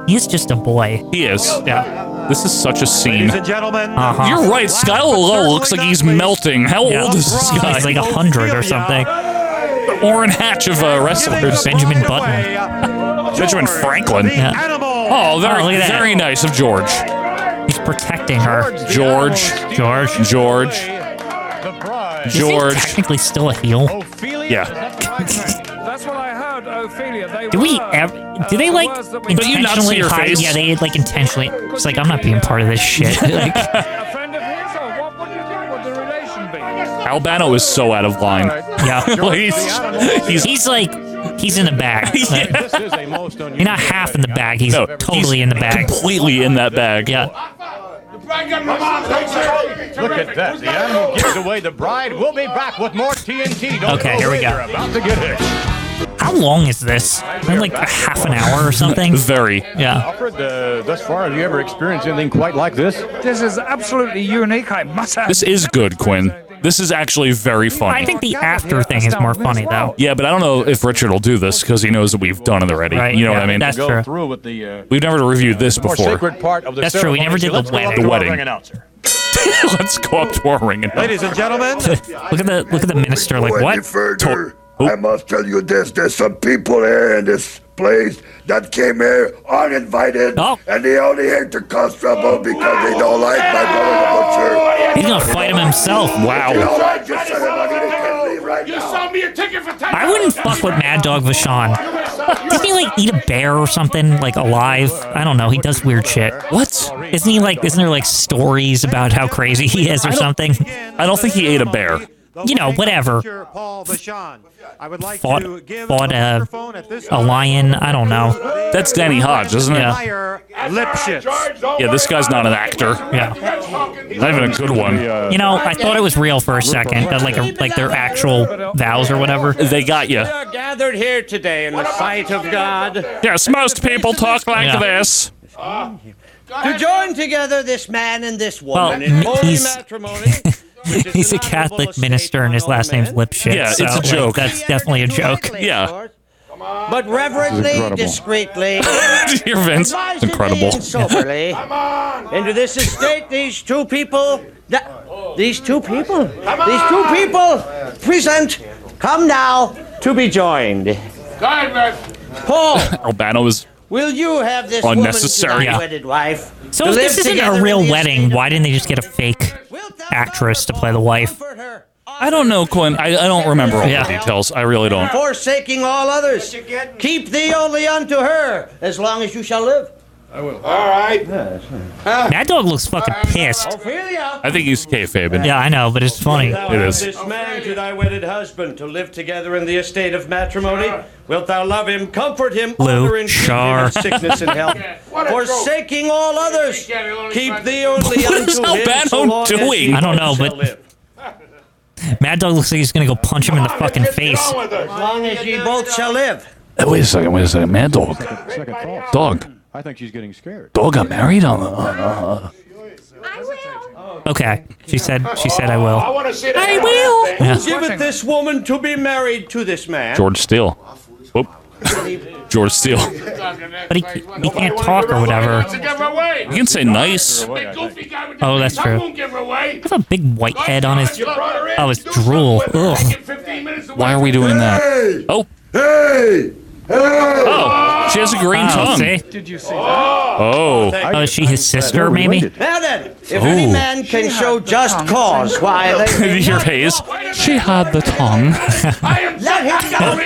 He's just a boy. He is. Yeah. This is such a scene. Ladies and gentlemen, Uh huh. You're right. Sky Low looks like he's melting. How Yeah. old is this guy? He's like a hundred or something. Orrin Hatch of uh, wrestlers. Benjamin Button. Benjamin Franklin. Yeah. Oh, very, Oh, look at that. very nice of George. He's protecting her. George. George. George. The bride. Is he George. technically still a heel. Ophelia. Yeah. That's what I heard, Ophelia. They Do we were, ever? uh, Do they the like words that we intentionally But you not see her hide? face. Yeah, they like intentionally. It's like I'm not being part of this shit. like, A friend of his, or what would you do? Would the relation be? Albano is so out of line. yeah, Like, he's, he's, he's like he's in the bag. Like, This is a most unusual. you're not half in the bag. He's no, totally he's in the bag. Completely in that bag. Yeah, Look at that. The animal gives away the bride. We'll be back with more TNT. Don't Okay, go here we go. away. You're about to get hit. how long is this? Maybe like a half an hour or something. Very. Yeah. Alfred, uh, thus far, have you ever experienced anything quite like this? This is absolutely unique. I must have. This is good, Quinn. This is actually very funny. I think the after thing is more funny though. yeah, but I don't know if Richard will do this because he knows that we've done it already. Right, you know yeah, what I mean? that's- Go Sure. through with the uh, We've never reviewed this more before. sacred part of the That's true, we ceremony. never did So the let's go up wedding. to The our wedding. ring announcer. Let's go up to our ring and Ladies and gentlemen, Look at the look at the minister. Like Go any what? further, I must tell you this: there's some people here in this place that came here uninvited, Oh. and they only hate the constable because they don't like my brother Butcher. He's gonna fight him himself. They Wow. don't like the ceremony. They can leave right now. I wouldn't fuck with Mad Dog Vachon. Doesn't he like eat a bear or something like alive? I don't know. He does weird shit. What? Isn't he like? Isn't there like stories about how crazy he is or something? I don't think he ate a bear. you know, whatever. fought fought a, a lion. I don't know. That's Danny Hodge, isn't it? Yeah. Lipschitz. Yeah, this guy's not an actor. Yeah. Not even a good one. You know, I thought it was real for a second, uh, like a, like their actual vows or whatever. They got you. are gathered here today in the sight of God. Yes, most people talk like Yeah. this. To join together this man and this Well, woman in m- holy he's- matrimony. He's a Catholic minister, and his last name's Lipschitz. Yeah, it's so, a like, joke. that's definitely a joke. Yeah. But reverently, incredible. discreetly, Dear Vince, advisedly incredible. and soberly, into this estate these two people, th- these two people, these two people present, come now to be joined. Paul, Albano was. will you have this Unnecessary. woman to Yeah. thy wedded wife? So to if live this isn't together a in real the wedding, why didn't they just get a fake actress to play the wife? I don't know, Quinn. I, I don't remember all the details. I really don't. forsaking all others. Keep thee only unto her as long as you shall live. I will. All right. Mad Dog looks fucking pissed. Ophelia, I think he's kayfabing. Yeah, I know, but it's funny. thou art this man to thy wedded husband to live together in the estate of matrimony. Wilt thou love him, comfort him, Lou honor and keep him Char. in sickness and health, forsaking all others. Keep thee only What unto is him. so Albano long as he I don't know, shall live. but Mad Dog looks like he's gonna go punch him in the fucking face. as long as ye both shall live. wait a second. Wait a second. Mad dog. Dog. I think she's getting scared. Dog got married Uh, on the. on- on- on- Okay, she said. She said, "I will." want to see that. I will. Yeah. Giveth this woman to be married to this man. George Steele. Whoop. George Steele. But he, he can't talk or whatever. You can say nice. Oh, that's true. I have a big white head on his. Oh, it's drool. Ugh. Why are we doing that? Oh. Hey! Hey! Oh, she has a green Oh, tongue. see? Did you see that? Oh. Oh, is she his sister, maybe? Now then, if any Oh. man can show just cause why they Your Hayes. She had the tongue. let him go.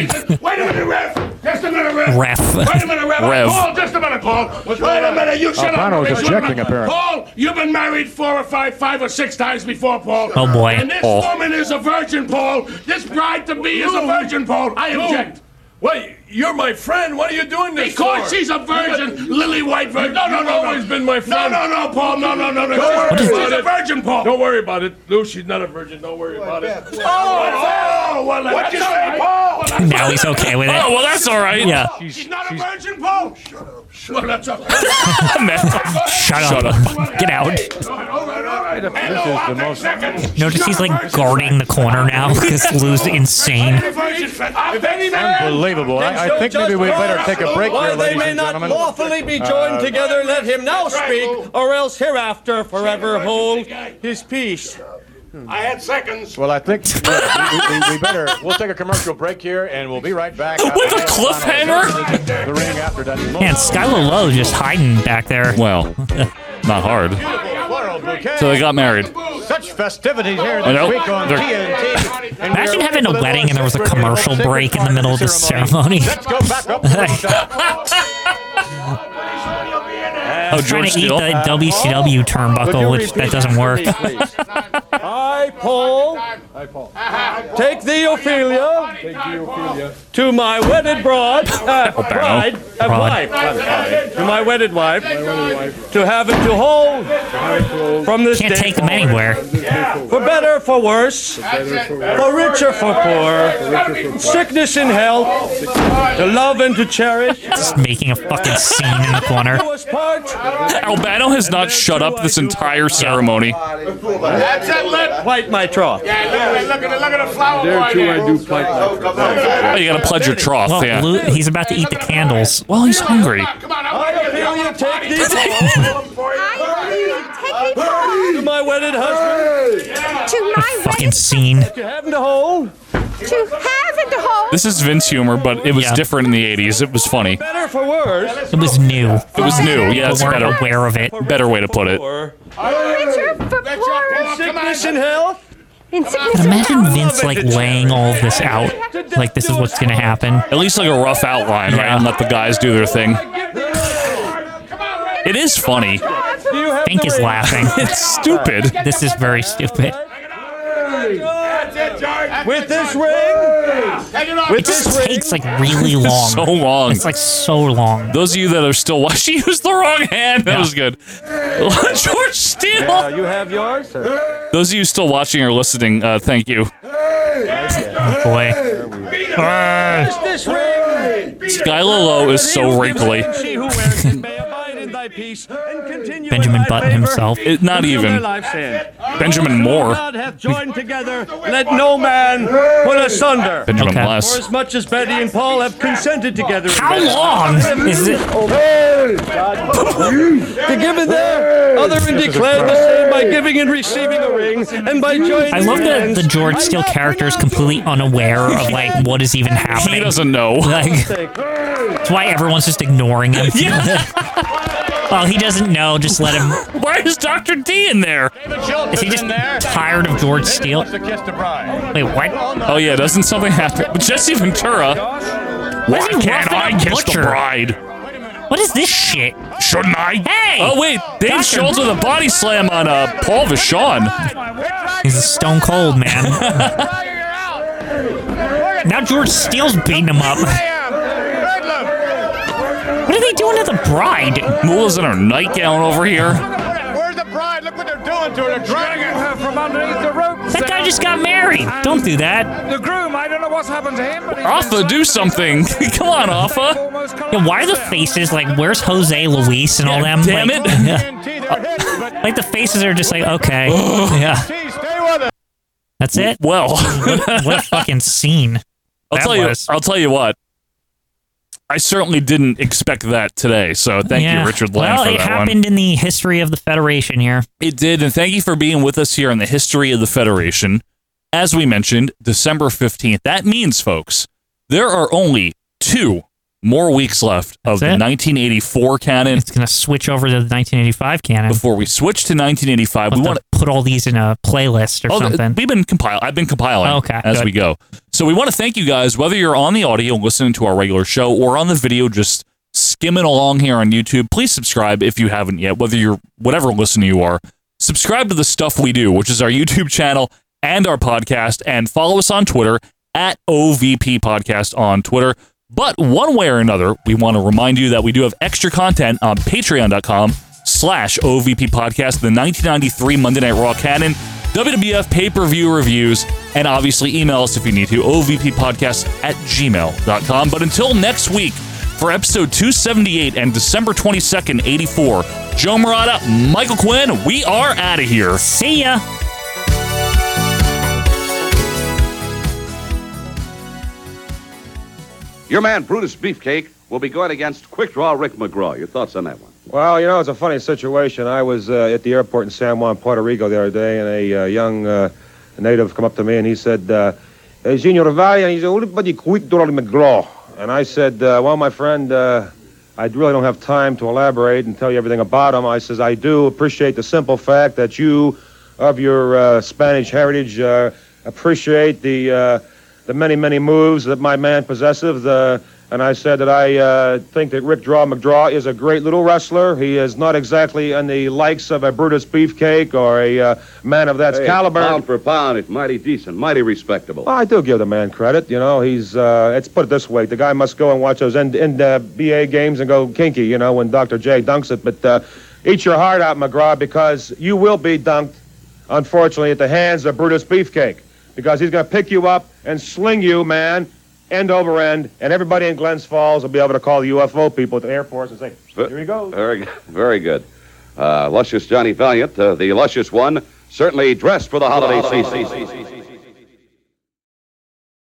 Wait a minute, Ref! Just a minute, Ref! Ref. Wait a minute, Ref! Rev. Paul, just a minute, Paul! Wait a minute, you shut Albano's up! Wait, wait a objecting, minute. apparently. Paul, you've been married four or five, five or six times before, Paul. Oh, boy. And this Paul. woman is a virgin, Paul! This bride to be is a virgin, Paul! I object! Wait, you're my friend. What are you doing this Because for? she's a virgin, lily white virgin. No, no, You've no, no. always been my friend. No, no, no, Paul. No, no, no, no. Don't worry she's about a it. virgin, Paul. Don't worry about it, Lou. She's not a virgin. Don't worry about it. Oh, oh, well, What'd you that's say, all right. Paul? Well, Now he's okay with it. Oh, well, that's all right. Yeah. She's, not a virgin, Paul. Shut up. Shut up. Well, that's all right. Shut up. Get out. This is the most. Notice he's like guarding the corner now because Lou's insane. Unbelievable. I, I think maybe we better take a break Why here, they ladies may and not gentlemen. lawfully be joined Uh, together, let him now speak, or else hereafter forever hold his peace. I had seconds. Well, I think we, we- we better. We'll take a commercial break here, and we'll be right back. With a cliffhanger. The ring after that. Man, Skylar Lowe just hiding back there. Well, not hard. Floral bouquet. So they got married. Such festivities here I this know. week on They're- TNT. And we Imagine are having a for the wedding and there was a secret and commercial secret break in the part middle of the ceremony. Let's go back up. to the shop. Uh, I was trying to eat the WCW turnbuckle, which that doesn't work. I, Paul, Hi, Paul. take thee, Ophelia, to my wedded broad, uh, bride, uh, Broad. wife, I'm sorry, to my wedded wife, to have and to hold from this Can't day take them forward. anywhere. For better, for worse, for richer, for poor, sickness and health, to love and to cherish. Just making a fucking scene in the corner. Albano has not shut up this entire ceremony. That's it, lip. Wipe my trough. Yeah, look, look at the look at the flower boy there. Oh, you gotta pledge your trough, Well, yeah. Lou, he's about to eat the candles. Well, he's hungry. To my wedded husband, To my Fucking scene. to have and to hold, to have and to hold. This is Vince humor, but it was Yeah. different in the 80s. It was funny. better, for worse, It was new. It was new. Yeah, People that's a weren't better, aware of it. better way to put it. for Richer for poorer. sickness and health. In sickness But and imagine health. Vince like laying all of this out. Like this is what's gonna happen. At least like a rough outline, right? And let the guys do their thing. It is funny. Do you have Fink the is ring? laughing. It's stupid. This is very stupid. That's it. With this ring. it just takes like really long. so long. It's like so long. Those of you that are still watching, she used the wrong hand. That was good. George Steele. Yeah, you have yours? Those of you still watching or listening, uh, thank you. Oh boy. Kiss this ring. Sky Lolo is so wrinkly. She who wears it may abide in thy peace and continue Benjamin in thy Button favor himself. It- not until even. their life's end. Benjamin Who Moore. God hath joined together, let no man put asunder. Benjamin Okay. Bless. For as much as Betty and Paul have consented together. in How marriage, long is it? To give and there, other and declare the same by giving and receiving a ring, and by joining. I love that hands. the George Steele character is completely unaware of like what is even happening. He doesn't know. Like, that's why everyone's just ignoring him. well, he doesn't know. Just let him. Why is Dr. D in there? Is he just tired of George Steele? Wait, what? Oh yeah, doesn't something happen? Jesse Ventura. Why Why is he can't roughing I up kiss Butcher? the bride? What is this shit? Shouldn't I? Hey! Oh wait, Dave Doctor- Schultz with a body slam on uh, Paul Vachon. He's a stone cold man. now George Steele's beating him up. What are they doing to the bride? Moolah's in her nightgown over here. That guy just got married. Don't do that. The groom, I don't know what's happened to him, but he's Alpha, do something! Come on, Alpha. Yeah, why are the faces like? Where's Jose Luis and all them? damn like, it! like the faces are just like okay, yeah. That's it. Well, what, what a fucking scene. I'll that tell you. was. I'll tell you what. I certainly didn't expect that today. So thank Yeah. you, Richard Land, Well, for it that one. happened in the history of the Federation here. It did, and thank you for being with us here on the history of the Federation. As we mentioned, December 15th. That means, folks, there are only two more weeks left of the That's it. 1984 canon. It's gonna switch over to the 1985 canon. Before we switch to 1985, We'll we have want to put all these in a playlist or Oh, th- something. We've been compiling. I've been compiling Okay, as good. we go. So we want to thank you guys, whether you're on the audio listening to our regular show or on the video, just skimming along here on YouTube. Please subscribe if you haven't yet. Whether you're whatever listener you are, subscribe to the stuff we do, which is our YouTube channel and our podcast, and follow us on Twitter at OVP Podcast on Twitter. But one way or another, we want to remind you that we do have extra content on Patreon.com slash OVP podcast, the 1993 Monday Night Raw canon, WWF pay per view reviews, and obviously email us if you need to, OVP podcast at gmail.com. But until next week for episode 278 and December 22nd, 84, Joe Murata, Michael Quinn, we are out of here. See ya. Your man, Brutus Beefcake, will be going against Quick Draw Rick McGraw. Your thoughts on that one? Well, you know, it's a funny situation. I was uh, at the airport in San Juan, Puerto Rico the other day, and a uh, young uh, native come up to me and he said, uh, hey, Senor Valle, and he said, what about the quick Donald McGraw? And I said, uh, well, my friend, uh, I really don't have time to elaborate and tell you everything about him. I says, I do appreciate the simple fact that you, of your uh, Spanish heritage, uh, appreciate the... Uh, the many, many moves that my man possesses. The, and I said that I uh, think that Rick Draw McDraw is a great little wrestler. He is not exactly in the likes of a Brutus Beefcake or a uh, man of that Hey, caliber. Pound for pound, it's mighty decent, mighty respectable. Well, I do give the man credit. You know, he's, uh, let's put it this way the guy must go and watch those N- N- uh, BA games and go kinky, you know, when Dr. J dunks it. But uh, eat your heart out, McGraw, because you will be dunked, unfortunately, at the hands of Brutus Beefcake, because he's going to pick you up and sling you, man, end over end, and everybody in Glens Falls will be able to call the UFO people at the Air Force and say, Here we go. Very, g- very good. Uh, luscious Johnny Valiant, uh, the luscious one, certainly dressed for the holiday season.